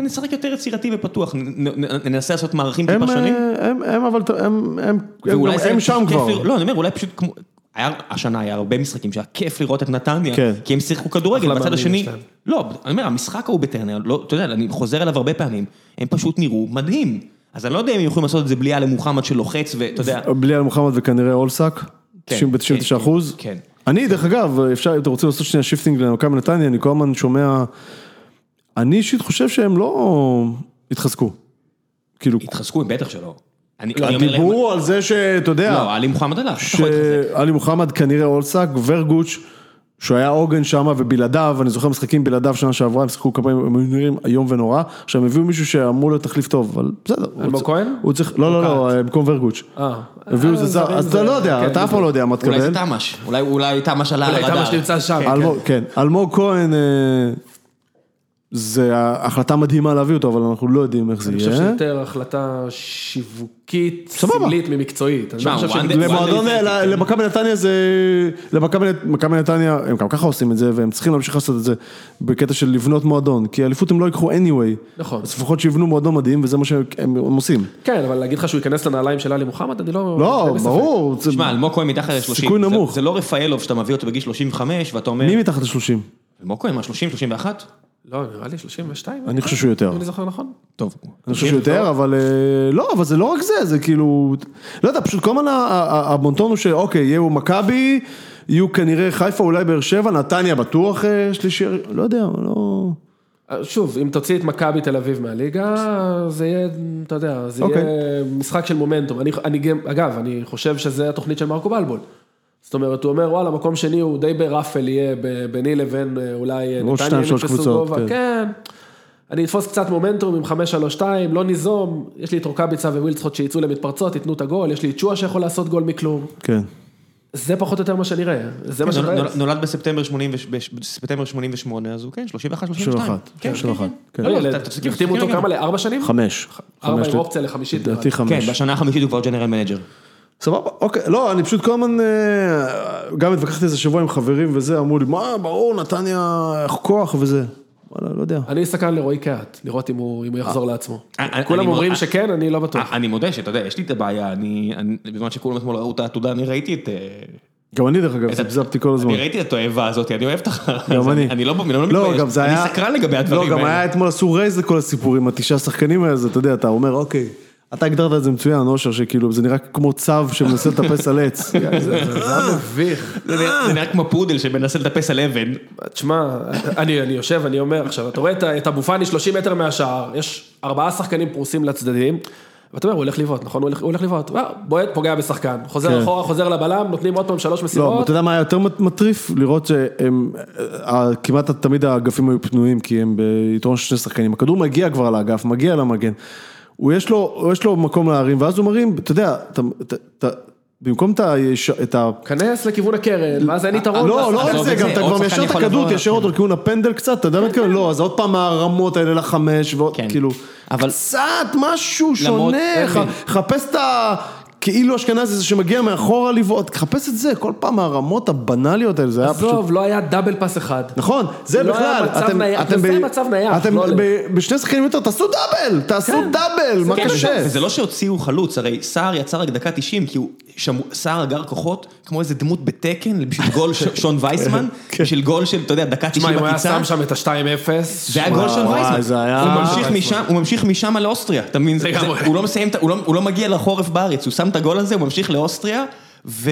נשחק יותר יצירתי ופתוח, נ- נ- נ- ננסה לעשות מערכים
הם,
טיפה שונים.
אה, הם, הם, אבל, הם, הם, הם,
ואולי זה
כן, הם שם
פשוט
כבר.
כיף לראות- לא, אני אומר, אולי פשוט כמו... היה, השנה היה הרבה משחקים שהיה כיף לראות את נתניה,
כן.
כי הם שיחקו כדורגל,
אחלה
בצד
מאמנים
השני,
יש להם.
לא, אני אומר, המשחק ההוא בטרנר, לא, אתה יודע, אני חוזר אליו הרבה פעמים, הם פשוט נראו מדהים. אז אני לא יודע אם הם יכולים לעשות את זה בלי עלי מוחמד שלוחץ, ואתה יודע,
לא, בלי על מוחמד וכנראה אולסק,
כן,
90 ב-99
כן,
אחוז.
כן.
אני, דרך אגב, אפשר, אם אתם רוצים לעשות שנייה שיפטינג למכבי נתניה, אני כל הזמן שומע, אני אישית חושב שהם לא התחזקו. כאילו,
התחזקו, הם בטח שלא. אני,
לא,
אני אומר להם,
הדיבור על זה שאתה יודע,
לא, עלי מוחמד הלך, ש...
שעלי מוחמד כנראה אולסק, ורגוץ', שהוא היה עוגן שם ובלעדיו, אני זוכר משחקים בלעדיו שנה שעברה, הם שיחקו כמה פעמים, הם היו נראים איום ונורא, עכשיו הם הביאו מישהו שאמור להיות תחליף טוב, אבל בסדר. הוא
אלמוג
צריך-
כהן?
הוא צריך, לא, לא, לא, במקום ורגוץ'.
אה.
הביאו איזה זר,
זרים
אז
זה-
אתה לא יודע,
כן,
אתה אף פעם לא יודע מה
אולי זה
תקבל.
תמ"ש, אולי, אולי תמ"ש עלה על
אולי
כן.
הרדאר.
כמה שנמצא שם.
אלמוג- כן, אלמוג כהן, אה, זה החלטה מדהימה להביא אותו, אבל אנחנו לא יודעים איך זה
אני חושב שזה
יהיה.
יותר החלטה שיווקית,
סבבה.
סמלית ממקצועית. אני לא
שמע,
חושב
וואנדה-
שהם-
למועדון,
וואנדה-
ל- למכבי נתניה זה, למכבי נת- מכבי נתניה, הם גם ככה עושים את זה, והם צריכים להמשיך לעשות את זה בקטע של לבנות מועדון, כי אליפות הם לא ייקחו anyway.
נכון.
אז לפחות שיבנו מועדון מדהים, וזה מה שהם הם עושים.
כן, אבל להגיד לך שהוא ייכנס לנעליים של עלי מוחמד, אני לא... אני
לא,
בספק.
ברור. זה-
שמע, אלמוג כהן מתחת ל-30.
סיכוי נמוך.
זה לא רפאלוב שאתה מביא אותו בגיל 35 ואתה אומר,
מי מתחת ל-30?
אלמוג כהן מה 30, 31?
לא, נראה לי 32.
אני חושב שהוא יותר.
אם אני זוכר נכון.
טוב.
אני חושב שיותר, אבל אה, לא, אבל זה לא רק זה, זה כאילו, לא יודע, פשוט כל הזמן ה- ה- ה- הבונטון הוא שאוקיי, יהיו מכבי, יהיו כנראה חיפה, אולי באר שבע, נתניה בטוח אה, שלישי, לא יודע, לא...
אה, שוב, אם תוציא את מכבי תל אביב מהליגה, זה יהיה, אתה יודע, זה
אוקיי.
יהיה משחק של מומנטום. אני, אני גם, אגב, אני חושב שזה התוכנית של מרקו בלבול. זאת אומרת, הוא אומר, וואלה, מקום שני הוא די ברפל יהיה ב- ביני לבין אה, אולי אה,
ראש
נתניה
שתיים, שלוש
נתפסו
קבוצות,
גובה.
כן.
כן. אני אתפוס קצת מומנטום עם 5-3-2, לא ניזום, יש לי את רוקאביצה ווילצחוט שיצאו למתפרצות, ייתנו את הגול, יש לי את שועה שיכול לעשות גול מכלום.
כן.
זה פחות או יותר מה שנראה, זה מה שנראה.
נולד- נולד בספטמבר 80 וש- בש- בספטמבר 88, אז הוא כן, 31, 32.
31,
כן, כן,
31, כן.
לא,
לא,
לא,
ילד,
אתה צודק,
יחתימו אותו
לגמרי.
כמה לארבע שנים?
חמש.
ארבע
חמש,
עם אופציה לחמישית. נראה לי.
לדעתי חמש.
כן, בשנה החמישית הוא כבר ג'נרל מנג'ר.
סבבה, אוקיי, לא, אני פשוט כל הזמן, אה, גם התווכחתי איזה שבוע עם חברים וזה, אמרו לי, מה, ברור, נתניה, איך כוח וזה. וואלה, לא יודע.
אני סקרן לרועי קהת, לראות אם הוא אם הוא יחזור לעצמו.
אה, אה,
כולם
אני
אומרים
מאוד-
שכן, אני לא בטוח.
אני מודה שאתה יודע, יש לי את הבעיה, אני, אני- בזמן שכולם אתמול ראו את העתודה, אני ראיתי את... אה,
גם אני, דרך אגב, זיפזפתי כל הזמן.
אני ראיתי את התועבה הזאת, אני אוהב אותך. אז
גם אני.
אני לא אני לא מתבייש.
לא, גם זה היה...
אני סקרן לגבי הדברים
לא, גם היה
האלה.
אתמול עשו רייז לכל הסיפורים, התשעה שחקנים האלה, זה, אתה יודע, אתה אומר, אוקיי. אתה הגדרת את זה מצוין, אושר, שכאילו, זה נראה כמו צב שמנסה לטפס על עץ.
אה,
מביך.
זה נראה- זה נראה כמו פודל שמנסה לטפס על אבן.
תשמע, אני אני יושב, אני אומר עכשיו, אתה רואה את ה- את אבו פאני 30 מטר מהשער, יש ארבעה שחקנים פרוסים לצדדים, ואתה אומר, הוא הולך לבעוט, נכון? הוא הולך- הוא הולך לבעוט. אה, בועט, פוגע בשחקן. חוזר
כן.
אחורה, חוזר לבלם, נותנים עוד פעם שלוש
לא, אבל
מסירות.
אתה יודע מה היה יותר מט- מטריף? לראות שהם, אה, כמעט תמיד האגפים היו פנויים, כי הם ביתרון של שני שחקנים. הכדור מגיע כבר לאגף, מגיע למגן. הוא יש לו, הוא יש לו מקום להרים, ואז הוא מרים, אתה יודע, אתה, אתה, אתה, במקום את ה... את ה
כנס לכיוון הקרן, ואז אין יתרון.
לא, לא רק
עזוב
זה,
את
גם
זה,
אתה
עוד
כבר
שחקן
מיישר את
יכול
הכדור,
לבוא-
תיישר אותו לכיוון הפנדל קצת, אתה יודע מה התכוון? לא, אז עוד פעם הרמות האלה לחמש, ועוד
כן.
כאילו,
אבל-
קצת משהו
למרות-
שונה, ח-
אין לי.
חפש את ה... כאילו אשכנזי הזה שמגיע מאחורה לבעוט, חפש את זה, כל פעם הרמות הבנאליות האלה, זה היה פשוט...
עזוב, לא היה דאבל פס אחד.
נכון, זה
לא
בכלל,
היה מצב נייח,
אתם
זה
ב-
מצב נייח,
אתם
לא עולה.
ב- בשני שחקנים יותר, תעשו דאבל, תעשו דאבל, מה
כן,
קשה?
וזה לא שהוציאו חלוץ, הרי סער יצא רק דקה 90, כי הוא שמ- סער אגר כוחות, כמו איזה דמות בתקן, בשביל גול ש- שון וייסמן,
כן,
בשביל גול של, אתה יודע, דקה 90
תשמע, אם הוא היה
בקיצה.
שם שם את ה-2-0,
זה היה גול של
וואי,
וייסמן.
זה היה-
הוא ממשיך משם, הוא ממשיך משם לאוסטריה, אתה מבין? זה-
לגמרי.
זה- הוא לא מסיים, את ה- הוא לא- הוא לא מגיע לחורף בארץ, הוא שם את הגול הזה, הוא ממשיך לאוסטריה, ו-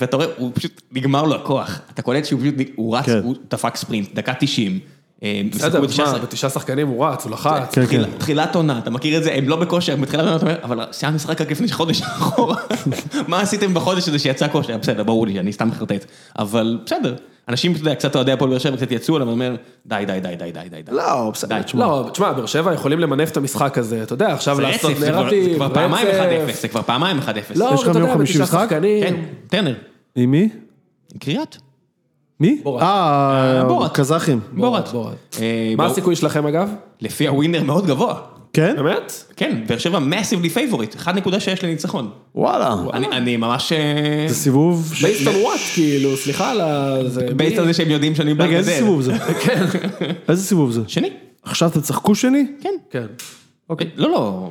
ואתה רואה, הוא פשוט נגמר לו הכוח. אתה קולט שהוא פשוט, נ- הוא רץ,
כן.
הוא דפק ספרינט, דקה 90. אה,
בסדר,
משחקו בתשעה
תשמע,
שחק-
בתשעה שחקנים הוא רץ, הוא לחץ.
כן,
תחילה- תחילת עונה, אתה מכיר את זה, הם לא בכושר, בתחילת עונה אתה אומר, אבל סיימת משחק רק לפני חודש אחורה, מה עשיתם בחודש הזה שיצא כושר? בסדר, ברור לי שאני סתם מחרטט, אבל בסדר, אנשים, אתה יודע, קצת אוהדי הפועל באר שבע קצת יצאו עליו, ואומר, די, די, די, די, די, די, די.
לא, בסדר,
די.
תשמע.
לא, תשמע, באר שבע יכולים למנף את המשחק הזה, אתה יודע, עכשיו
זה
לעשות
רצף, זה כבר-
נרטיב,
זה כבר פעמיים
רצף.
1-0, זה כבר פעמיים 1-0.
לא,
יש לך
אתה
ביום
יודע,
חמישי
בתשעה
משחק?
כן,
שחקנים.
טרנר,
עם מי?
עם קריית,
מי?
בורת.
אה,
בורת.
הקזחים.
בורת.
בורת.
אה,
מה
ברור-
הסיכוי שלכם אגב?
לפי הווינר מאוד גבוה.
כן?
באמת?
כן, באר שבע מאסיבלי פייבוריט, 1.6 לניצחון.
וואלה.
אני אני ממש... אה,
זה סיבוב... ש-
בייסט על וואט, כאילו, סליחה על ה... זה-
בייסט על זה שהם יודעים שאני
רגע, איזה סיבוב זה?
כן.
איזה סיבוב זה?
שני,
עכשיו אתם צחקו שני?
כן.
כן.
אוקיי. לא, לא.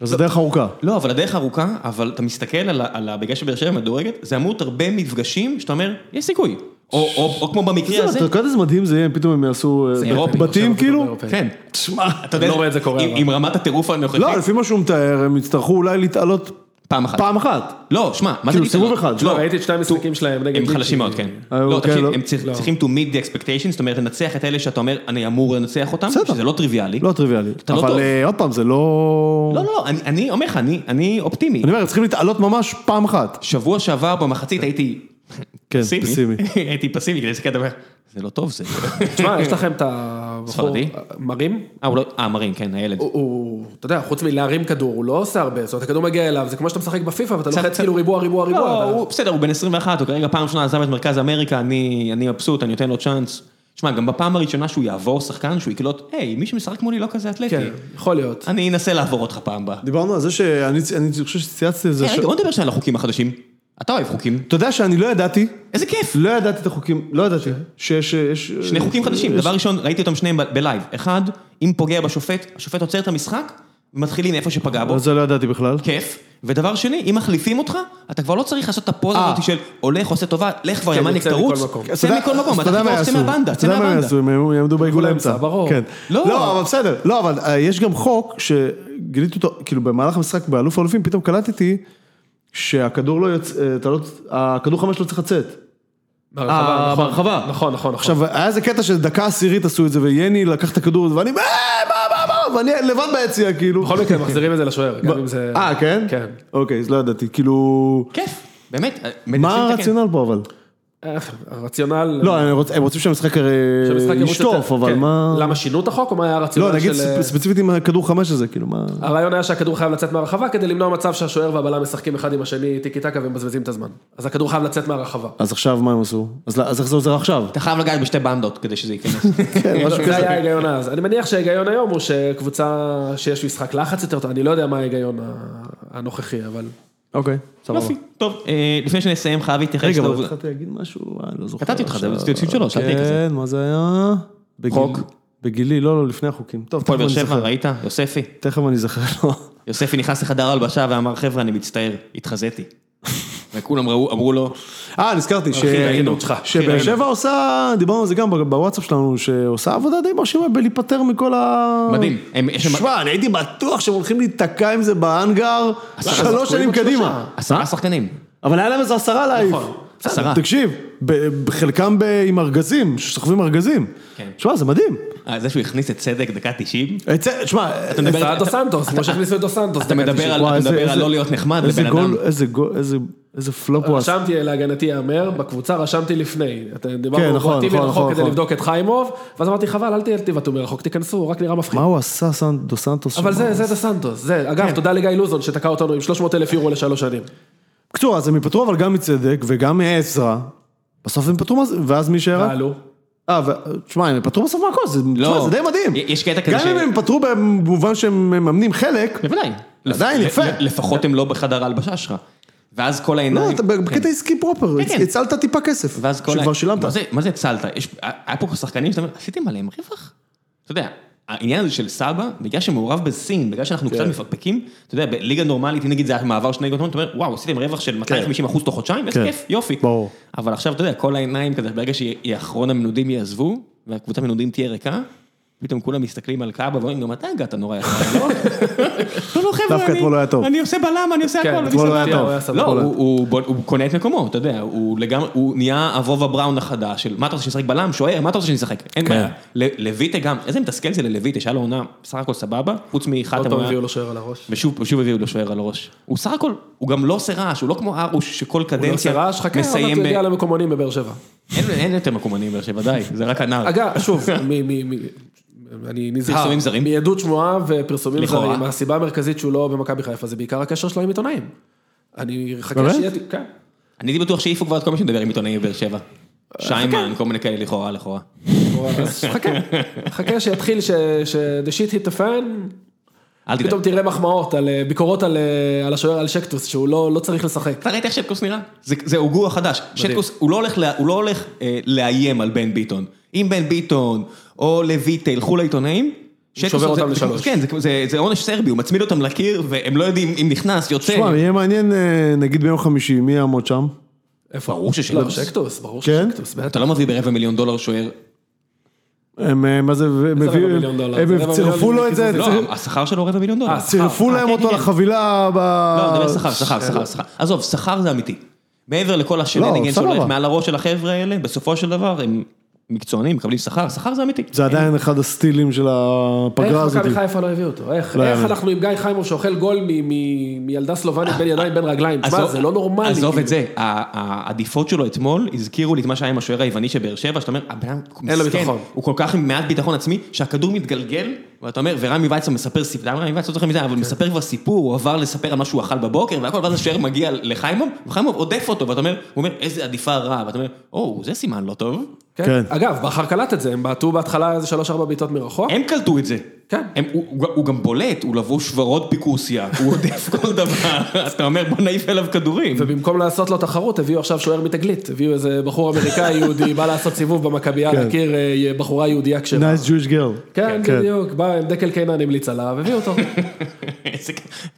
אז זה דרך ארוכה.
לא, אבל הדרך ארוכה, אבל אתה מסתכל על ה... על ה- בגלל שבאר שבע מדורגת, זה אמור להיות הרבה מפגשים שאתה אומר, יש סיכוי. או- או או כמו במקרה הזה,
אתה יודע איזה מדהים זה יהיה אם פתאום הם יעשו אה,
זה אירופי,
בתים
עכשיו זה
כאילו?
אירופי.
כן.
תשמע,
אתה יודע,
לא רואה את זה קורה,
עם-
אבל.
עם רמת הטירוף הנוכחית,
לא, לפי מה שהוא מתאר, הם יצטרכו אולי להתעלות
פעם אחת.
פעם אחת.
לא, שמע, מה זה
כאילו,
ליטא?
סיבוב אחד.
לא, ראיתי את שתי המשחקים שלהם נגד...
הם
ליצ'י.
חלשים מאוד, כן.
אה,
לא,
אוקיי,
תקשיב,
לא.
הם צר-
לא.
צריכים to meet the expectations, זאת אומרת, לנצח את אלה שאתה אומר, אני אמור לנצח אותם,
בסדר.
שזה לא טריוויאלי.
לא טריוויאלי.
לא טוב.
אבל אה, עוד פעם, זה לא...
לא, לא, אני- אני אומר לך, אני- אני אופטימי.
אני אומר, הם צריכים להתעלות ממש פעם אחת.
שבוע שעבר במחצית הייתי
כן, פסימי.
הייתי פסימי, כדי להסתכל, אתה אומר, זה לא טוב זה.
תשמע, יש לכם את הבחור...
ספרדי?
מרים?
אה, הוא לא, אה, מרין, כן, הילד.
הוא- הוא, אתה יודע, חוץ מלהרים כדור, הוא לא עושה הרבה, זאת אומרת, הכדור מגיע אליו, זה כמו שאתה משחק בפיפא ואתה
קצת-
לוחץ
קצת-
כאילו ריבוע, ריבוע, ריבוע.
לא,
אבל-
הוא- בסדר, הוא בן 21, הוא כרגע פעם ראשונה עזב את מרכז אמריקה, אני אני מבסוט, אני נותן לו צ'אנס. שמע, גם בפעם הראשונה שהוא יעבור שחקן, שהוא יקלוט, היי, מי שמשחק מולי לא כזה אתלטי.
כן, יכול להיות.
אני אנסה לעבור אותך פעם הבאה.
דיברנו על זה שאני אני חושב שצייצתי את זה.
היי,
ש-
רגע, בוא נדבר שנייה על החוקים החדשים. אתה אוהב חוקים.
אתה יודע שאני לא ידעתי,
איזה כיף.
לא ידעתי את החוקים, לא ידעתי. שיש... יש-
שני חוקים חדשים.
יש-
דבר ראשון, ראיתי אותם שניהם ב- בלייב. אחד, אם פוגע בשופט, השופט עוצר את המשחק, ומתחילים איפה שפגע בו.
על זה לא ידעתי בכלל.
כיף. ודבר שני, אם מחליפים אותך, אתה כבר לא צריך לעשות את הפוזה
אה. כן,
הזאת של הולך, עושה טובה, לך כבר, ימניק,
יוצא מכל
תרוץ.
מקום.
אז אתה
צא
יודע-
מכל מקום,
אז
אתה
יודע מה
כבר
יעשו.
צא מהבנדה,
אתה
צא
יודע מה הם
מהבנדה.
יעשו, הם יעמדו- יעמדו בעיגול
לאמצע,
האמצע.
ברור.
כן.
לא.
לא, אבל בסדר. לא, אבל אה, יש גם חוק שגיליתי אותו, כאילו במהלך המשחק באלוף האלופים, פתאום קלטתי שהכדור לא יוצא, אה, אתה לא- הכדור חמש לא צריך לצאת.
בהרחבה,
אה,
נכון.
בהרחבה.
נכון, נכון, נכון.
עכשיו, היה איזה קטע של דקה עשירית עשו את זה, ויני לקח את הכדור, הזה, ואני, "אה, מה, מה, מה, ואני לבד ביציע, כאילו.
בכל מקרה, מחזירים את זה לשוער, גם אם זה...
אה, כן?
כן.
אוקיי, אז לא ידעתי, כאילו...
כיף, באמת.
מה
מנסים לתקן.
הרציונל פה אבל?
אה, הרציונל...
לא, אני רוצ- הם רוצים שהמשחק הרי
שהמשחק ירוץ
ישטוף,
יותר.
אבל
כן.
מה...
למה שינו את החוק, או מה היה הרציונל
לא,
של... אה,
נגיד ספ- ספציפית עם הכדור חמש הזה, כאילו, מה...
הרעיון היה שהכדור חייב לצאת מהרחבה כדי למנוע מצב שהשוער והבלם משחקים אחד עם השני טיקי טקה ומבזבזים את הזמן. אז הכדור חייב לצאת מהרחבה.
אז עכשיו מה הם עשו? אז לא- אז איך זה עוזר עכשיו?
אתה חייב לגעת בשתי במדות כדי שזה ייכנס.
כן, משהו
זה
כזה.
לא היה ההיגיון אז. אני מניח שההיגיון היום הוא שקבוצה שיש משחק לחץ יותר טוב, אני לא יודע מה ההיגיון ה- הנוכחי, אבל...
אוקיי, סבבה.
יופי, טוב, אה, לפני שנסיים חייב להתייחס
רגע, אבל
לעובדה.
התחלתי להגיד משהו, אה, אני לא זוכר.
קטעתי אותך, זה
עכשיו.
רציתי ציון שלוש, אל תהיה כזה.
כן, מה זה היה? בגיל-
חוק.
בגילי, לא, לא, לפני החוקים. טוב,
הפועל
תכף
באר
אני
שבע,
זוכר.
ראית? יוספי.
תכף אני זוכר, לא.
יוספי נכנס לחדר ההלבשה ואמר, חבר'ה, אני מצטער, התחזיתי. וכולם ראו, אמרו לו,
אה, נזכרתי, ש-
ראינו אותך.
שבאר
ראינו.
שבע עושה, דיברנו על זה גם ב- בוואטסאפ שלנו, שעושה עבודה די מרשימה בלהיפטר מכל ה...
מדהים. הם- יש שם-
שמע, אני הייתי בטוח שהם הולכים להיתקע עם זה בהאנגר שלוש
תקועים
שנים
עוד
קדימה.
שלושה.
אה?
עשרה שחקנים.
אבל היה להם איזה עשרה להעיף.
נכון,
בסדר,
עשרה.
תקשיב, ב- חלקם ב- עם ארגזים, שסוחבים ארגזים.
כן.
שמע, זה מדהים.
אה, זה שהוא הכניס את צדק דקה 90.
את- שמע,
אתה מדבר-
סעדו
אתה-
סנטוס, כמו שהכניסו את דו סנטוס.
אתה
דקה
מדבר
90.
על-
וואי,
אתה
איזה-
מדבר על
איזה-
לא להיות נחמד
אה, איזה
לבן
גול-
אדם.
איזה גול, איזה- איזה פלופ הוא עשה.
רשמתי להגנתי ייאמר, בקבוצה רשמתי לפני. אתם
כן,
דיברנו
נכון,
על
נכון,
מרחוק
נכון,
כדי
נכון.
לבדוק את חיימוב, ואז אמרתי חבל, אל ת- אל תבעטו מרחוק, תיכנסו, הוא רק נראה מפחיד.
מה הוא עשה, סן- דו סנטוס?
אבל
שם?
זה, זה דה סנטוס, זה, אגב, תודה לגיא לוזון שתקע אותנו עם 300 אלף יורו לשלוש שנים.
בקיצור, אז הם יפטרו אבל גם מצדק וגם מעזרא. בסוף הם פטרו, מה זה- ואז מי שיירה?
ועלו.
אה, ו- תשמע, הם פטרו בסוף מהכל, זה תשמע, זה די מדהים.
י- לא. יש קטע כזה ש... כן.
גם אם הם פטרו במובן שהם מממנים חלק,
בוודאי.
עדיין,
לפ-
יפה.
לפ- לפחות הם לא בחדר ההלבשה שלך. ואז כל העיניים...
לא, אתה בקטע עסקי פרופר,
כן, כן.
הצלת טיפה כסף,
ואז כל...
שכבר
ה-
שילמת.
מה זה- מה זה הצלת? יש- היה פה שחקנים שאתה אומר, עשיתם עליהם רווח? אתה יודע, העניין הזה של סבא, בגלל שמעורב בסין, בגלל שאנחנו
כן.
קצת מפקפקים, אתה יודע, בליגה נורמלית, אם נגיד זה היה מעבר של ליגות, אתה אומר, וואו, עשיתם רווח של 250 אחוז תוך חודשיים, איזה
כן.
כיף, יופי.
ברור.
אבל עכשיו, אתה יודע, כל העיניים כזה, ברגע שאחרון המנודים יעזבו, והקבוצת מנודים תהיה ריקה, פתאום כולם מסתכלים על קאבה ואומרים, גם אתה הגעת נורא יפה, לא? לא, לא,
דווקא
חבר'ה,
אתמול לא היה טוב.
אני, אני עושה בלם, אני עושה
כן,
הכל, אני
אתמול לא
סבבה.
היה טוב.
הוא היה סבבה.
לא,
אתמול
הוא
לא
הוא בוא- הוא קונה את מקומו, אתה יודע, הוא לגמרי, הוא נהיה אבובה בראון החדש, של מה אתה רוצה שנשחק בלם, שוער, מה אתה רוצה שנשחק? אין בעיה. ל- לויטה גם, איזה מתסכל זה ללויטה, שהיה לו עונה בסך הכל סבבה, חוץ
עוד
מחתם,
פעם
הוא היה-
הביאו לו שוער על הראש.
ושוב ושוב הביאו לו שוער על הראש. הוא סך הכל, הוא גם לא עושה רעש, הוא לא כמו ארוש שכל
הוא לא עושה
קדנציה
רעש, חכה, עוד מעט
כן. מסיים,
הוא
ב-
יגיע למקומונים בבאר שבע.
אין- אין יותר מקומונים באר שבע, די, זה רק הנער.
אגב, שוב, מ- מ- מ- אני נזהר.
פרסומים זרים?
מעדות שמועה ופרסומים
לכאורה.
זרים. הסיבה המרכזית שהוא לא במכבי חיפה זה בעיקר הקשר שלו עם עיתונאים. אני
באמת?
אחכה שיהיה... כן.
אני הייתי בטוח שהעיפו כבר את כל מי שמדבר עם עיתונאים בבאר שבע.
אה, כן.
שיימן, כל מיני כאלה לכאורה, לכאורה.
אז חכה, חכה שיתחיל ש... ש- the shit hit the fan,
אל תדאג.
פתאום תראה מחמאות על אה, ביקורות על אה, על השוער על שקטוס, שהוא לא לא צריך לשחק.
אתה ראית איך שטקוס נראה? זה- זה הוגו החדש. שטקוס, הוא לא הולך לה- הוא לא הולך אה, לאיים על בן ביטון. אם בן ביטון או לויטה ילכו לעיתונאים, שטקוס...
שובר
זה- זה-
אותם לשלוש.
כן, זה- זה- זה עונש סרבי, הוא מצמיד אותם לקיר, והם לא יודעים אם נכנס, יוצא.
כן.
תשמע, יהיה מעניין, אה, נגיד ביום חמישי, מי יעמוד שם?
איפה?
ברור
לא,
ששקטוס.
שקטוס, ברור
כן?
ששקטוס, בטח.
אתה לא מביא ברבע מיליון דולר שוער.
הם, אה, מה זה, הם הביאו,
רבע מיליון דולר? זה
הם
רבע
צירפו
מיליון
לו את זה,
לא,
ציר-
השכר שלו רבע מיליון דולר.
אה, שכר.
צירפו
אה,
להם
כן,
אותו
כן.
לחבילה ב...
לא, אני מדבר שכר, שכר, שכר, שכר. עזוב, שכר זה אמיתי. מעבר לכל השנניגן
סבבה.
שהולך מעל הראש של החבר'ה האלה, בסופו של דבר הם מקצוענים, מקבלים שכר, שכר זה אמיתי.
זה עדיין אחד הסטילים של
איך
הפגרה הזאת.
מכבי חיפה לא הביאו אותו? איך
לא
איך
יאמן.
אנחנו עם גיא חיימוב שאוכל גול מ- מ- מילדה סלובנית בין ידיים בין רגליים? תשמע,
עזוב-
זה לא נורמלי.
עזוב
כאילו.
את זה, ה- ה- העדיפות שלו אתמול, הזכירו לי את מה שהיה עם השוער היווני של באר שבע, שאתה אומר, הבן אדם
אין לו
מסכן,
ביטחון.
הוא כל כך עם מעט ביטחון עצמי, שהכדור מתגלגל, ואתה אומר, ורמי וייצמן מספר סיפור, למה רמי וייצמן לא זוכר
כן.
מזה, אבל הוא מספר כבר סיפור, הוא עבר לספר על מה שהוא אכל בבוקר, והכל, ואז השוער מגיע לחיימוב, וחיימוב עודף אותו, ואתה אומר, הוא אומר, איזה עדיפה רעה, ואתה אומר, או, זה סימן לא טוב,
כן.
אגב, בכר קלט את זה, הם בעטו בהתחלה איזה שלוש-ארבע בעיטות מרחוק.
הם קלטו את זה.
כן.
הם, הוא, הוא, הוא גם בולט, הוא לבוש ורוד פיקוסיה, הוא עודף כל דבר, אז אתה אומר בוא נעיף אליו כדורים.
ובמקום לעשות לו תחרות, הביאו עכשיו שוער מתגלית. הביאו איזה בחור אמריקאי יהודי, בא לעשות סיבוב במכבייה,
כן.
להכיר אה, בחורה יהודייה כשרה.
נייס ג'ויש גרל.
כן, בדיוק, בא עם דקל קיינן המליץ עליו, הביאו אותו.
איזה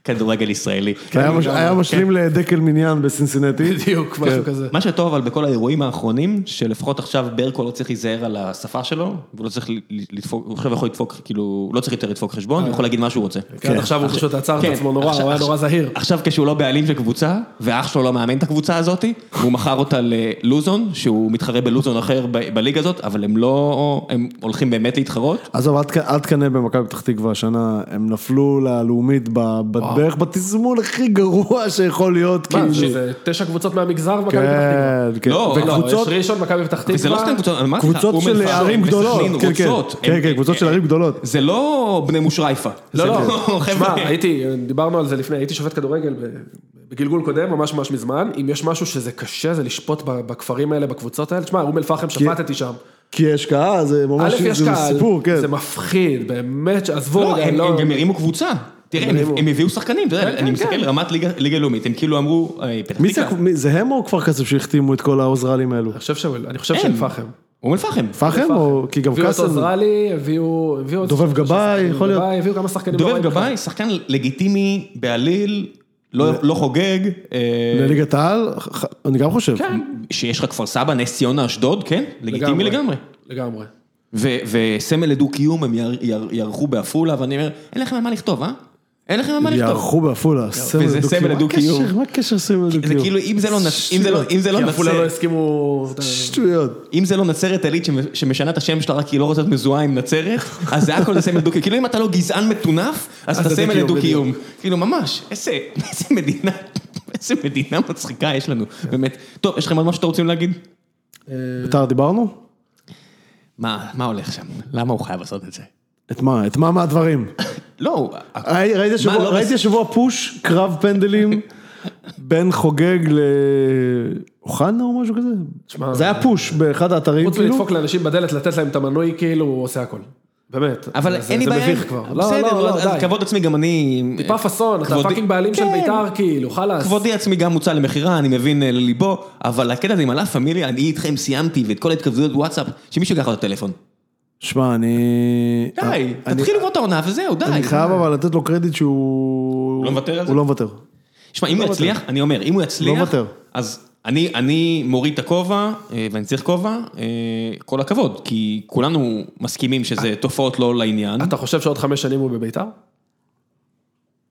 כדורגל ישראלי.
כן,
אה,
היה מש- היה משלים לדקל מניין בסינסינטי.
כן. בדיוק, משהו כזה.
מה שטוב אבל בכל האירועים האחרונים, שלפחות עכשיו ברקו לא צריך להיזהר על השפה שלו, והוא לא צריך ל- לדפוק, הוא עכשיו יכול לדפוק, כאילו, הוא לא צריך יותר לדפוק חשבון, הוא יכול להגיד מה שהוא רוצה.
כן, עד עכשיו הוא פשוט עצר את
כן,
עצמו נורא,
עכשיו-
הוא היה נורא
עכשיו-
זהיר.
עכשיו כשהוא לא בעלים של קבוצה, ואח שלו לא מאמן את הקבוצה הזאת, הוא מכר אותה ללוזון, שהוא מתחרה בלוזון אחר ב- בליגה הזאת, אבל הם לא, הם הולכים באמת להתחרות.
עזוב, אל תק- אל תקנא במכבי פתח תקווה השנה, הם נפלו ללאומית ב- ב- בערך בתזמון הכי גרוע שיכול להיות,
מה,
כאילו.
שזה תשע קבוצות מהמגזר במכבי פתח תקווה.
כן, כן.
לא,
לא,
וקבוצות,
יש ראשון, מכבי פתח תקווה.
וזה לא סתם קבוצות, אמרתי לך,
קבוצות
אום
של
אל-פחם,
ערים
וסכנין,
גדולות, כן, כן,
רוצות.
כן,
הם-
כן, קבוצות של ערים גדולות.
זה לא בני מושרייפה.
לא, לא,
חבר'ה.
תשמע, הייתי, דיברנו על זה לפני, הייתי שופט כדורגל ב- בגלגול קודם, ממש ממש מזמן, אם יש משהו שזה קשה, זה לשפוט ב- בכפרים האלה, בקבוצות האלה, תשמע, אום אל-פחם שפטתי שם.
כי יש קהל, זה
א',
ממש,
יש
זה
קהל,
סיפור, כן.
זה מפחיד, באמת, שעזבו,
לא,
רגע,
הם
לא-
הם גם הרימו קבוצה. תראה, הם-
הרימו.
הם הביאו שחקנים, אתה
כן,
יודע, אני
כן,
מסתכל
כן.
על רמת ליגה- ליגה לאומית, הם כאילו אמרו, אה, פתח
מי זה,
תקווה.
מי- זה הם או כפר קאסם שהחתימו את כל האוזרלים האלו?
אני חושב שאול- אני חושב
אין.
שאל-פחם.
אום אל-פחם.
פחם או, כי גם
הביאו את
קאסם,
עוזרלי, הביאו... הביאו עוד
דובב
שלושה
גבאי,
שחקנים,
יכול להיות.
גבאי, הביאו כמה שחקנים. לא
דובב
רעים בכלל.
גבאי, שחקן לגיטימי בעליל, לא לא חוגג. אה,
לליגת העל, ח- ח- אני גם חושב.
כן, שיש לך כפר סבא, נס ציונה, אשדוד, כן, לגיטימי לגמרי.
לגמרי.
ו- וסמל לדו-קיום הם יר- יר- יערכו בעפולה, ואני אומר, אין לכם על מה לכתוב, אה? אין לכם על מה לכתוב.
יערכו בעפולה, סמל
וזה סמל לדו-קיום.
מה הקשר- מה הקשר סמל
זה
לדו-קיום?
כאילו, אם זה לא נצ- אם זה לא- אם זה לא
כי עפולה לא
נצרת,
הסכימו...
שטויות.
אם זה לא נצרת עילית שמ- שמשנה את השם שלה רק כי היא לא רוצה להיות מזוהה עם נצרת, אז זה הכל סמל דו-קיום. כאילו אם אתה לא גזען מטונף, אז אתה
זה
סמל
דו-קיום,
לדו-קיום. כאילו ממש, איזה איזה מדינה, איזה מדינה מצחיקה יש לנו,
כן.
באמת. טוב, יש לכם עוד משהו שאתם רוצים להגיד?
ביתר דיברנו?
מה, מה הולך שם? למה הוא חייב לעשות את זה?
את מה? את מה מהדברים?
לא, הוא-
ראי- ראית השבוע-
מה, לא
ראיתי השבוע פוש, קרב פנדלים, בין חוגג לאוחנה או משהו כזה?
תשמע,
זה היה פוש באחד האתרים
חוץ
כאילו.
מלדפוק לאנשים בדלת, לתת להם את המנוי, כאילו, הוא עושה הכל. באמת.
אבל
זה-
אין לי בעיה.
זה מביך כבר. לא,
בסדר,
לא,
אז
לא, די.
כבוד עצמי גם אני...
טיפה פאסון, אתה
כבודי-
פאקינג בעלים של
כן.
בית"ר, כאילו, חלאס.
כבודי עצמי גם מוצא למכירה, אני מבין אה, לליבו, אבל הקטע הזה עם הלה פמיליה, אני איתכם סיימתי, ואת כל ההתכבדויות וואטסאפ, שמישהו ייקח לו את הטלפון.
שמע, אני...
די,
אה, אני-
תתחילו כבר את העונה וזהו, די.
אני חייב אבל לתת לו קרדיט שהוא...
הוא לא מוותר על זה?
הוא לא מוותר.
שמע, אם הוא יצליח, אני אומר, אם הוא יצליח,
לא מוותר.
אז אני, אני מוריד את הכובע, אה, ואני צריך כובע, אה, כל הכבוד, כי כולנו מסכימים
אה,
שזה תופעות לא לעניין.
אתה חושב שעוד חמש שנים הוא בבית"ר?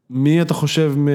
מי אתה חושב מ...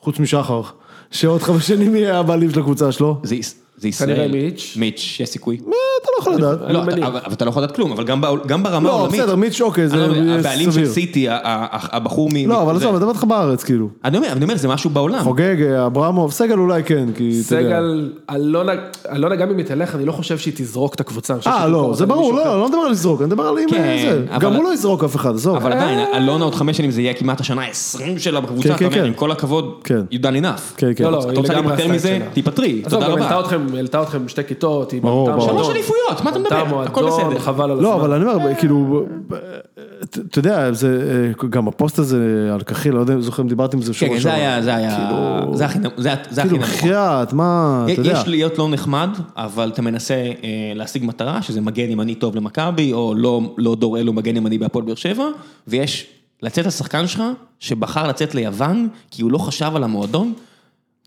חוץ משחר, שעוד חמש שנים יהיה הבעלים של הקבוצה שלו?
זה, יש- זה ישראל.
כנראה מיץ'.
מיץ', יש סיכוי.
אה, אתה לא יכול לדעת.
לא, אה, אתה,
מניח.
אבל, אבל אתה לא יכול לדעת כלום, אבל גם, בעול- גם ברמה
לא,
העולמית.
בסדר, מיץ', אוקיי, זה
אני לא יודע, הבעלים של
סביר.
סיטי, ה- ה- ה- הבחור מ...
לא, אבל
זה-
עזוב, אני מדבר איתך בארץ, כאילו.
אני אומר, אני אומר, זה משהו בעולם.
חוגג, אה, אברמוב, סגל אולי כן, כי אתה יודע.
סגל, אלונה, אלונה, גם אם היא תלך, אני לא חושב שהיא תזרוק את הקבוצה. אני חושב
אה,
שהיא
לא,
תמכור
זה
אותה
ברור,
למישהו
לא,
אחר.
אני לא מדבר על לזרוק, אני מדבר על אם...
כן,
זה.
אבל-
גם הוא לא יזרוק אף אחד, עזוב.
אבל עדיין, אלונה עוד חמש שנים זה יהיה כמעט השנה ה-20 שלה
כן,
בקבוצה, אתה
כן,
אומר,
כן.
עם כל הכבוד,
כן.
you done enough.
כן, כן.
לא, לא,
אתה
היא
רוצה
לגמרי
להיפטר
עשתה את
מזה?
שלה.
תיפטרי,
עזוב,
תודה
גם העלתה
רבה.
אתכם, העלתה אתכם שתי כיתות, היא
ברור,
בנתה
ברור.
שלוש
מועדון.
אליפויות, מה אתה מדבר?
בנתה
הכל
מועדון,
בסדר.
חבל על הזמן.
לא, אבל אני אומר, כאילו, ת- אתה יודע, זה, אה, גם הפוסט הזה על כחיל, לא יודע אם זוכרים, דיברתם על זה
כן,
שבוע
כן, זה היה, זה היה, זה הכי נמוך. זה זה הכי
כאילו,
נמוך.
בחייאת, מה, אתה יודע.
יש להיות לא נחמד, אבל אתה מנסה אה, להשיג מטרה, שזה מגן ימני טוב למכבי, או לא- לא דור אלו מגן ימני בהפועל באר שבע, ויש לצאת השחקן שלך, שבחר לצאת ליוון, כי הוא לא חשב על המועדון.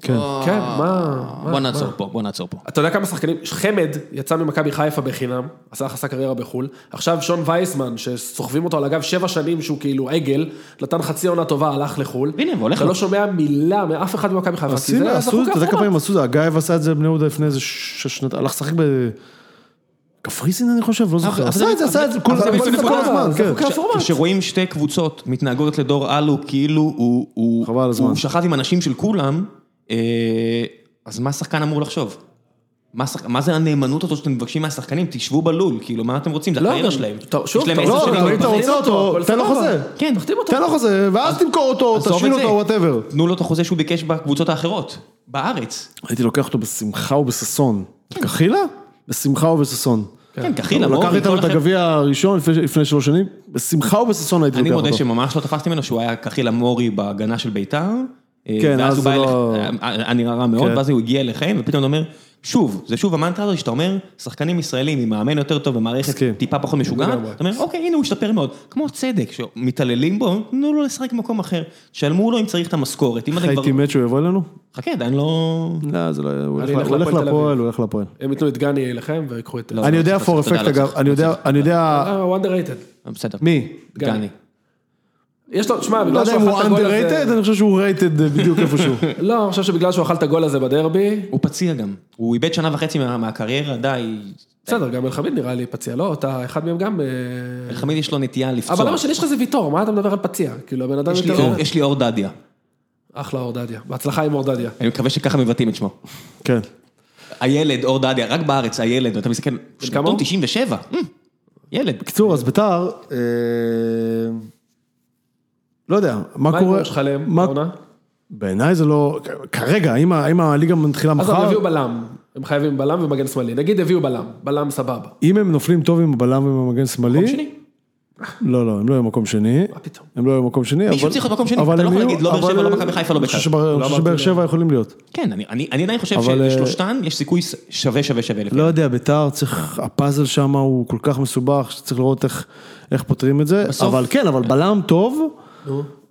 כן.
כן, מה?
בוא נעצור פה, בוא נעצור פה.
אתה יודע כמה שחקנים, חמד יצא ממכבי חיפה בחינם, עשה עשה קריירה בחו"ל, עכשיו שון וייסמן, שסוחבים אותו על הגב שבע שנים שהוא כאילו עגל, נתן חצי עונה טובה, הלך לחו"ל.
הנה, והולך
אתה
לו.
לא שומע מילה מאף אחד ממכבי חיפה, כי
עשינו,
זה
עשו,
החוקה
אתה יודע כמה
האחרונה.
פעמים עשו את זה, הגייב עשה את זה בבני יהודה לפני איזה שש שנות, הלך לשחק בקפריסין אני חושב, לא זוכר,
אבל-
עשה את זה,
אבל-
עשה את זה,
אבל-
כל
אבל-
זה
אבל-
כל
אבל-
הזמן,
אבל-
כן.
אבל- הפורמט.
כשרואים שתי קבוצות מתנהגות לדור אלו כאילו הוא, הוא,
חבל על הזמן.
הוא שכב עם אנשים של כולם, אה, אז מה השחקן אמור לחשוב? מה, שחק... מה זה הנאמנות הזאת שאתם מבקשים מהשחקנים? תשבו בלול, כאילו, מה אתם רוצים? זה
לא,
הקריירה
גם-
שלהם.
טוב, שוב,
יש להם
טוב,
עשר
לא,
שנים
אבל
בבית.
אם אתה לא רוצה אותו, תן לו חוזה,
כן,
תחתים אותו.
תן לו חוזה, ואז תמכור אותו,
עזוב
תשאיל
את זה.
אותו, כן. וואטאבר.
תנו לו את החוזה שהוא ביקש בקבוצות האחרות, בארץ.
כן.
הייתי לוקח אותו בשמחה ובששון. קחילה? בשמחה ובששון.
כן, קחילה,
לא?
הוא
מור,
לקח איתנו
מכל
את
החבר'ה.
הגביע הראשון לפני- לפני שלוש שנים, בשמחה ובששון הייתי
אני
לוקח
מודה
אותו.
שממש לא תפסתי ממנו שהוא היה קחיל המורי בהגנה של ביתר. אה,
כן,
ואז הוא
אז
בא
זה
אליך- אה,
לא-
היה היה נראה רע מאוד,
כן.
ואז הוא הגיע אליכם, ופתאום אתה אומר, שוב, זה שוב המנטרה הזאת שאתה אומר, שחקנים ישראלים עם מאמן יותר טוב ומערכת
מסכים.
טיפה פחות משוגעת,
לגמרי.
אתה אומר, אוקיי, הנה הוא השתפר מאוד. כמו צדק, שמתעללים בו, תנו לו לשחק במקום אחר. שלמו לו אם צריך את המשכורת, אם אתה כבר...
הייתי מת שהוא יבוא אלינו?
חכה, עדיין לא...
לא, זה לא... הוא
אני
ילך-
אלך
הוא ילך
להפועל תל
לפועל, הוא ילך לפועל.
הם ייתנו את גני אליכם ויקחו את... אה,
לא.
אני יודע
צריך
פור
לעשות,
אפקט
תודה, לא
אגב,
צריך,
אני
לא
יודע,
צריך.
אני יודע...
הוא underrated.
אה, בסדר.
מי?
גני.
גני. יש לו, תשמע,
לא
בגלל
יודע אם הוא
שהוא אכל את הגול הזה...
underrated, אני חושב שהוא rated אה, בדיוק איפשהו.
לא, אני חושב שבגלל שהוא אכל את הגול הזה בדרבי,
הוא פציע גם. הוא איבד שנה וחצי מה- מהקריירה, די.
בסדר, גם אלחמיד נראה לי פציע, לא? אתה אחד מהם גם... אה,
תמיד יש לו נטייה לפצוע.
אבל למה שלי שלך זה ויטור, מה אתה מדבר על פציע? כאילו, הבן אדם
יש לי
יותר...
כן.
אור- יש לי אור דדיה.
אחלה אורדדיה. בהצלחה עם אורדדיה.
אני מקווה שככה מבטאים את שמו.
כן.
הילד, אור דדיה, רק בארץ, הילד, ואתה מסתכל,
כמה
שנתון
הוא?
97, אמ, ילד.
בקיצור, אז ביתר, אה, לא יודע, מה
מה
קורה...
ההימור שלך להם?
מה-
העונה?
בעיניי זה לא... כרגע, אם ה- אם הליגה מתחילה
אז הם
מחר,
הביאו בלם, הם חייבים בלם ומגן שמאלי. נגיד הביאו בלם, בלם סבבה.
אם הם נופלים טוב עם הבלם ועם המגן שמאלי,
שני.
לא, לא, הם לא יהיו מקום שני.
מה פתאום?
הם לא יהיו מקום שני, אבל...
מישהו צריך להיות מקום שני,
אבל
אתה לא
הם
יכול
יהיו-
להגיד לא באר
אבל-
שבע, לא מכבי חיפה, לא
אני חושב
בית"ר.
שבאר- אני חושב שבאר שבע יכולים להיות.
כן, אני- אני אני עדיין חושב
אבל,
שלשלושתן יש סיכוי ש- שווה שווה שווה לפי.
לא יודע, ביתר צריך, הפאזל שם הוא כל כך מסובך, שצריך לראות איך, איך פותרים את זה.
בסוף-
בסוף. אבל כן, אבל בלם טוב,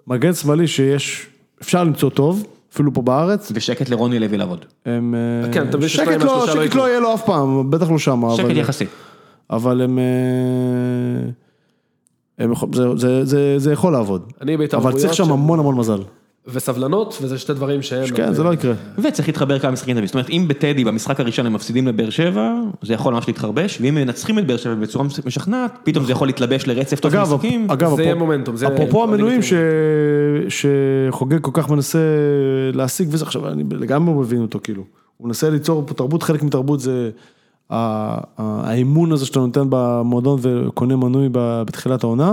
מגן שמאלי שיש, אפשר למצוא טוב, אפילו פה בארץ.
ושקט לרוני לוי לעבוד.
הם... אה,
כן, אתה מבין ששניים
שקט
מהשלושה
לא,
לא
שקט
יקרו.
לא יהיה לו אף פעם, בטח לא שם, אבל...
שקט יחסי.
אבל הם... אה, הם יכול, זה, זה, זה, זה יכול לעבוד.
אני בהתערבויות
אבל צריך שם
של-
המון המון מזל.
וסבלנות, וזה שתי דברים שהם...
כן, זה לא יקרה.
וצריך להתחבר כמה משחקים טובים. זאת אומרת, אם בטדי במשחק הראשון הם מפסידים לבאר שבע, זה יכול ממש להתחרבש, ואם הם מנצחים את באר שבע בצורה מס- משכנעת, פתאום זה יכול להתלבש לרצף טוב של
אגב,
משחקים.
אגב,
זה יהיה
אפרופ-
מומנטום, זה-
אפרופו
אני
המנויים ש...
מכיר.
שחוגג כל כך מנסה להשיג וזה, עכשיו אני לגמרי מבין אותו כאילו, הוא מנסה ליצור פה תרבות, חלק מתרבות זה ה- ה- האמון הזה שאתה נותן במועדון וקונה מנוי ב- בתחילת העונה,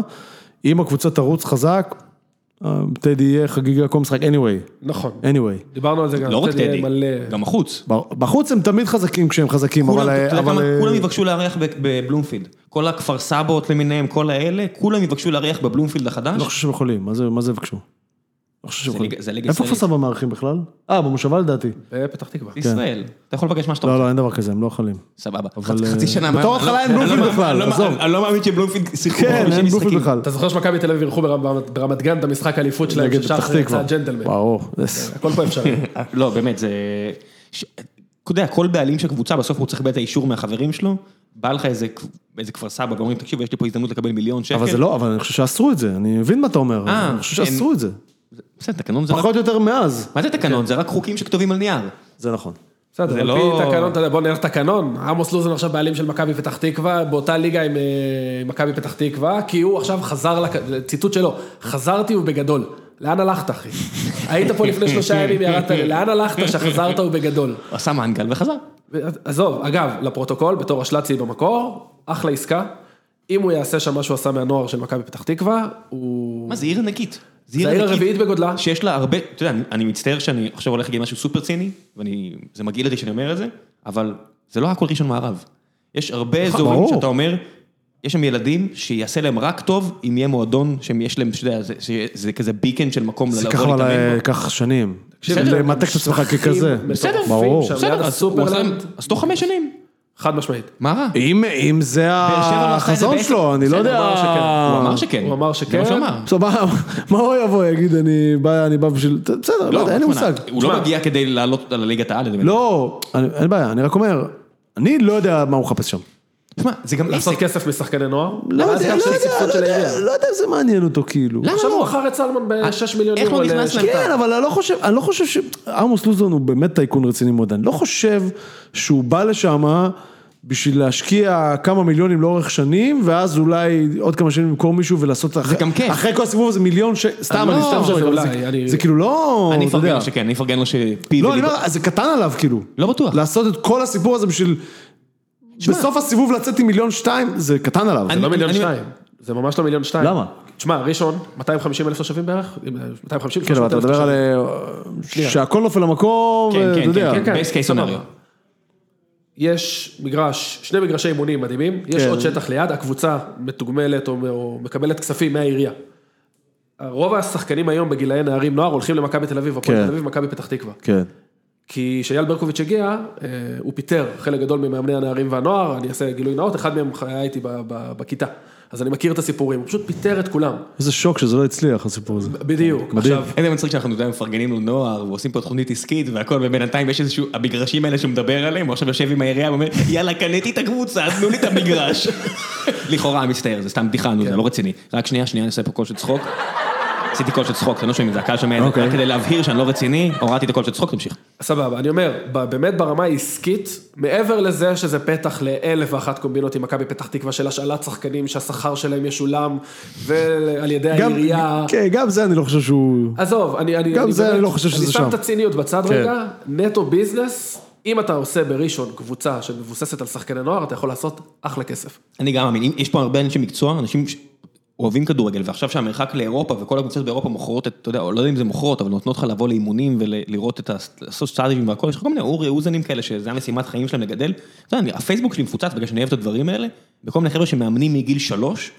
אם הקבוצה תרוץ חזק, אה, טדי יהיה חגיגה כל משחק, anyway,
נכון.
anyway.
דיברנו על זה גם.
לא רק
טדי
טדי,
מלא.
גם החוץ.
ב- בחוץ הם תמיד חזקים כשהם חזקים,
כולם,
אבל... אה,
אתה יודע
אבל-
כמה, כולם יבקשו לארח ב- בבלומפילד. כל הכפר סבאות למיניהם, כל האלה, כולם יבקשו לארח בבלומפילד החדש.
לא חושב שהם יכולים, מה זה- מה זה יבקשו? לא חושב שהם
זה
יכולים.
ליגה- זה ליגה
איפה כפר
ישראלית.
סבא מארחים בכלל? אה, במושבה לדעתי.
בפתח תקווה.
ישראל. אתה יכול לבקש מה שאתה
לא,
רוצה,
לא, אין דבר כזה, הם לא יכולים.
סבבה.
אבל,
חצי- חצי
אה,
שנה.
בתור
מה-
התחלה
לא-
אין בלומפילד
אני לא-
בכלל,
אני לא-
עזוב.
אני לא מאמין שבלומפילד שיחקו
כן,
חמישים
אין בלומפילד
משחקים.
בכלל.
אתה זוכר שמכבי תל אביב אירחו ברמת ברמת גן את המשחק האליפות שלהם,
נגד
ששחר
פתח תקווה.
יצא ג'נטלמן.
ברור.
כן,
הכל פה אפשרי.
לא, באמת, זה... ש- אתה יודע, כל בעלים של קבוצה, בסוף הוא צריך לקבל את האישור מהחברים שלו. בא לך איזה כ- איזה כפר סבא, ואומרים, תקשיבו, יש לי פה הזדמנות לקבל מיליון שקל.
אבל זה לא, אבל אני חושב שאסרו את זה, אני מבין מה אתה אומר,
אה, לא-
אני חושב
כן.
שאסרו את זה.
בסדר, תקנון זה רק...
פחות או יותר מאז.
מה זה תקנון? זה רק חוקים שכתובים על נייר.
זה נכון.
בסדר,
זה
על
לא-
פי תקנון, אתה יודע, בוא נלך תקנון. עמוס לוזון עכשיו בעלים של מכבי פתח תקווה, באותה ליגה עם אה, מכבי פתח תקווה, כי הוא עכשיו חזר, לק- זה ציטוט שלו, חזרתי ובגדול. לאן הלכת, אחי? היית פה לפני שלושה ימים, ירדת, לי. לאן הלכת שחזרת ובגדול?
עשה מנגל וחזר.
ו- עזוב, אגב, לפרוטוקול, בתור השלצי במקור, אחלה עסקה. אם הוא יעשה שם מה שהוא עשה מהנוער של מכבי פתח תקווה, הוא...
מה, זה עיר ענקית.
זה העיר
ענקית.
הרביעית בגודלה.
שיש לה הרבה, אתה יודע, אני- אני מצטער שאני עכשיו הולך להגיד משהו סופר ציני, ואני, זה מגעיל אותי שאני אומר את זה, אבל זה לא הכל ראשון מערב. יש הרבה אזורים
אה, ברור.
שאתה אומר, יש שם ילדים שיעשה להם רק טוב אם יהיה מועדון שיש להם, שאתה יודע, זה- זה- זה כזה ביקן של מקום
זה
לבוא
ככה
להתאמן
אבל
לא
אה,
בו.
קח שנים.
תקשיב,
של
הם
למתק את עצמך
משחקים
ככזה.
בסדר,
ברור.
שם.
בסדר,
ליד
אז הוא עושה-
הסופרלנד.
אז תוך חמש שנים,
חד משמעית.
מה רע?
אם אם זה
באר שבע לא עשה את זה
אה, החזון
בעשר.
שלו, אני לא
בסדר,
יודע...
הוא אמר שכן.
הוא אמר שכן.
הוא אמר
זה
שכן.
מה שהוא אמר.
עכשיו, מה- מה הוא יבוא, יגיד, אני בא אני בא בשביל... בסדר, לא יודע, אין לי
שמע,
מושג.
הוא לא
שמע.
מגיע כדי לעלות על ליגת העל. אני
לא, אני- אין בעיה, אני רק אומר, אני לא יודע מה הוא מחפש שם.
שמע, זה
אה,
גם עסק.
לעשות כסף משחקני נוער?
לא
ואז
יודע,
גם
לא
של
יודע,
סבסוד
לא
של
יודע, אה,
העירייה.
לא יודע אם זה מעניין אותו כאילו.
למה
עכשיו
לא?
הוא מכר את סלמן ב-6 מיליון
איך
יורו.
לא נכנס
לשנתיים.
להם?
כן, אבל אני לא חושב, אני לא חושב ש... עמוס לוזון הוא באמת טייקון רציני מאוד, אני לא חושב שהוא בא לשם בשביל להשקיע כמה מיליונים לאורך שנים, ואז אולי עוד כמה שנים למכור מישהו ולעשות... זה
גם כיף.
אחרי כל הסיבוב הזה מיליון ש... סתם,
לא,
אני סתם
זה
שואל, אבל
אולי,
זה-
אני-
זה כאילו לא...
אני
אתה יודע.
אפרגן לו שכן, אני אפרגן לו שפי
לא, אני
וליבו-
אומר, זה קטן עליו כאילו.
לא בטוח.
לעשות את כל הסיפור הזה בשביל... בסוף הסיבוב לצאת עם מיליון שתיים, זה קטן עליו.
אני-
לא מיליון
אני-
שתיים. זה ממש לא מיליון שתיים.
למה?
תשמע, ראשון, 250 אלף תושבים בערך? 250
כן, אבל אתה
300,000
מדבר על...
תושבים.
אה, שהכל נופל למקום,
כן,
אה, אתה
כן,
יודע.
כן, כן,
כן,
בייס קייס
סבבה.
סונאריו.
יש מגרש, שני מגרשי אימונים מדהימים, יש
כן.
עוד שטח ליד, הקבוצה מתוגמלת או, או מקבלת כספים מהעירייה. רוב השחקנים היום בגילאי נערים נוער הולכים למכבי תל אביב, הפועל
כן.
תל אביב, מכבי פתח תקווה.
כן.
כי כשאייל ברקוביץ' הגיע, אה, הוא פיטר חלק גדול ממאמני הנערים והנוער, אני אעשה גילוי נאות, אחד מהם היה איתי ב- ב- בכיתה. אז אני מכיר את הסיפורים, הוא פשוט פיטר את כולם.
איזה שוק שזה לא הצליח, הסיפור הזה.
בדיוק.
מדהים.
עכשיו,
איזה מצחיק שאנחנו אתה יודע, מפרגנים לנוער ועושים פה תכונית עסקית והכל ובינתיים יש איזשהו, המגרשים האלה שהוא מדבר עליהם, הוא עכשיו יושב עם העירייה ואומר יאללה קניתי את הקבוצה, אז תנו לי את המגרש. לכאורה מצטער, זה סתם בדיחה, נו זה לא רציני. רק שנייה, שנייה, אני עושה פה קול של צחוק. עשיתי קול של צחוק, אתם לא שומעים את זה, הקהל שומע את זה,
אוקיי.
רק כדי להבהיר שאני לא רציני, הורדתי את הקול של צחוק, תמשיך.
סבבה, אני אומר, ב- באמת ברמה העסקית, מעבר לזה שזה פתח לאלף ואחת קומבינות עם מכבי פתח תקווה של השאלת שחקנים, שהשכר שלהם ישולם, ועל ידי
גם-
העירייה.
כן, גם זה אני לא חושב שהוא...
עזוב, אני, אני,
גם
אני,
זה, אני לא חושב שזה
אני
שם.
שם את הציניות בצד
כן.
רגע, נטו ביזנס, אם אתה עושה בראשון קבוצה שמבוססת על שחקני נוער, אתה יכול לעשות אחלה כסף.
אני גם מאמין, אם- יש פה הרבה אנשי מקצוע, אנשים ש- אוהבים כדורגל, ועכשיו שהמרחק לאירופה וכל הקבוצות באירופה מוכרות, את- אתה יודע, או לא יודע אם זה מוכרות, אבל נותנות לך לבוא לאימונים ולראות את הסוסטאדים והכל, יש לך כל מיני אורי אוזנים כאלה, שזה המשימת חיים שלהם לגדל. אתה יודע, אני- הפייסבוק שלי מפוצץ בגלל שאני אוהב את הדברים האלה, בכל מיני חבר'ה שמאמנים מגיל שלוש,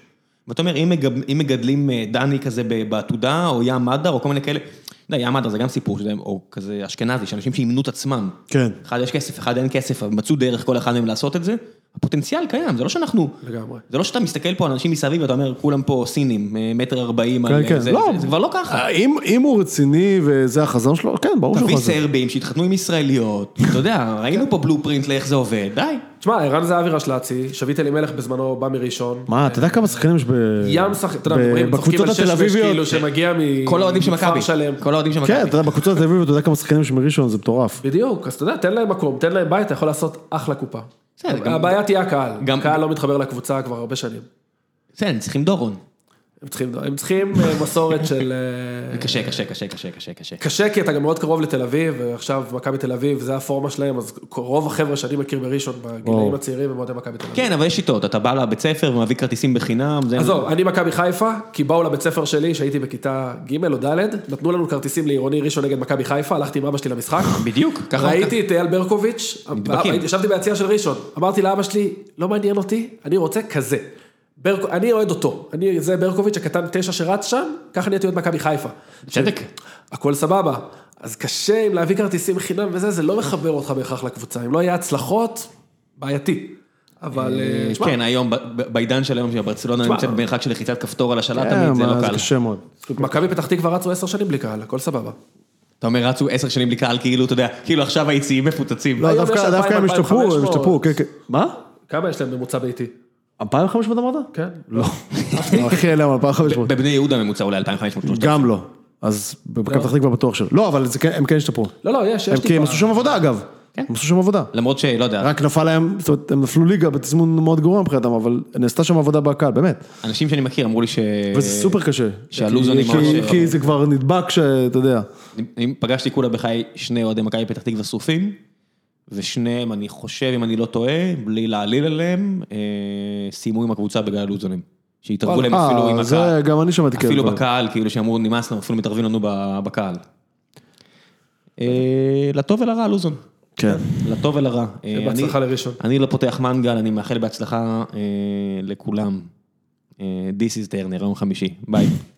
ואתה אומר, אם מגב- אם מגדלים אה, דני כזה ב- בעתודה, או ים מדר, או כל מיני כאלה, אתה יודע, ים מדר זה גם סיפור, שזה- או כזה אשכנזי, שאנשים שאימנו את עצמם.
כן.
אחד יש כסף, אחד אין כסף, אבל מצאו דרך כל אחד מהם לעשות את זה. הפוטנציאל קיים, זה לא שאנחנו...
לגמרי.
זה לא שאתה מסתכל פה על אנשים מסביב ואתה אומר, כולם פה סינים, אה, מטר ארבעים,
כן,
על-
כן,
זה,
לא.
זה, זה כבר לא ככה.
אה, אם, אם הוא רציני וזה החזון שלו, כן, ברור שהוא
תביא
חזון.
סרבים שהתחתנו עם ישראליות, אתה יודע, ראינו פה בלופרינט לאיך זה עובד, די.
תשמע, ערן זהבי רשל"צי, שביט אלימלך בזמנו בא מראשון.
מה, אתה יודע כמה שחקנים יש ב...
ים שחק, אתה
ב-
יודע, מדברים, צוחקים
בקבוצות
על
התל
שש בש כאילו
אביביות.
שמגיע מ-
כל האוהדים של מכבי,
מכפר שלם.
כל האוהדים של מכבי.
כן, אתה יודע, בקבוצות התל אביביות אתה יודע כמה שחקנים יש מראשון, זה מטורף.
בדיוק, אז אתה יודע, תן להם מקום, תן להם בית, אתה יכול לעשות אחלה קופה.
בסדר, גם-
הבעיה תהיה הקהל,
גם-
הקהל לא מתחבר לקבוצה כבר הרבה שנים.
בסדר, הם כן, צריכים דורון.
הם צריכים, הם צריכים אה, מסורת של... אה,
קשה, קשה, קשה, קשה, קשה, קשה.
קשה כי אתה גם מאוד קרוב לתל אביב, ועכשיו מכבי תל אביב, זה הפורמה שלהם, אז רוב החבר'ה שאני מכיר בראשון, בגילאים
וואו.
הצעירים, הם אוהדי מכבי תל אביב.
כן, אבל יש שיטות, אתה בא לבית ספר ומביא כרטיסים בחינם, זה...
עזוב, אני מכבי חיפה, כי באו לבית ספר שלי, שהייתי בכיתה ג' או ד', נתנו לנו כרטיסים לעירוני ראשון נגד מכבי חיפה, הלכתי עם אבא שלי למשחק.
בדיוק, ככה...
ראיתי את אייל ברקוביץ',
נדבקים.
הייתי- ישבתי ביציע של ראשון, אמרתי לאבא שלי, לא מעניין אותי, אני רוצה כזה. ברק- אני אוהד אותו, אני, זה ברקוביץ' הקטן תשע שרץ שם, ככה נהייתי אוהד מכבי חיפה.
בצדק.
הכל סבבה. אז קשה אם להביא כרטיסים חינם וזה, זה לא מחבר אותך בהכרח לקבוצה. אם לא יהיה הצלחות, בעייתי. אבל, אה,
אה,
תשמע,
כן, היום, ב- ב- בעידן של היום, שברצלונה
תשמע.
נמצאת במרחק של לחיצת כפתור על השלט,
כן,
תמיד זה
מה,
לא
זה
קל.
קשה מאוד.
מכבי פתח תקווה רצו עשר שנים בלי קהל, הכל סבבה.
אתה אומר, רצו עשר שנים בלי קהל, כאילו, אתה יודע, כאילו עכשיו היציעים מפוצצים.
לא,
היום יש
דווקא דווקא הם
2,000,
השתפרו, הם
2,500.
השתפרו, כן, כן. מה?
כמה יש להם ממוצע ביתי?
2,500 אמרת?
כן.
לא. אחי, אין להם 2,500.
בבני יהודה ממוצע אולי 2500
גם לא. אז במכבי פתח תקווה בטוח שלא. לא, אבל זה כן- הם כן השתפרו.
לא, לא, יש, יש
הם כי הם עשו שם עבודה אגב.
כן.
הם עשו שם עבודה.
למרות שלא יודע,
רק נפל להם, זאת אומרת, הם נפלו ליגה בתזמון מאוד גרוע מבחינתם, אבל נעשתה שם עבודה בקהל, באמת.
אנשים שאני מכיר אמרו לי ש...
וזה סופר קשה.
שהלוזונים
כי-
ממש-
כי- כי זה כבר נדבק שאתה יודע.
אני- אני פגשתי כולה בחיי שני אוהדי מכבי פתח תקווה שרופים, ושניהם, אני חושב, אם אני לא טועה, בלי להעליל עליהם, אה, סיימו עם הקבוצה בגלל הלוזונים. שהתערבו להם אפילו עם
אה, זה
הקהל.
גם אני שמעתי כאלה
אפילו
דברים.
בקהל, כאילו שאמרו, נמאס לנו, אפילו מתערבים לנו ב- בקהל. אה, לטוב ולרע, לוזון.
כן.
לטוב ולרע. אה, אני-
בהצלחה לראשון.
אני לא פותח מנגל, אני מאחל בהצלחה אה, לכולם. אה, This is טרנר, יום חמישי, ביי.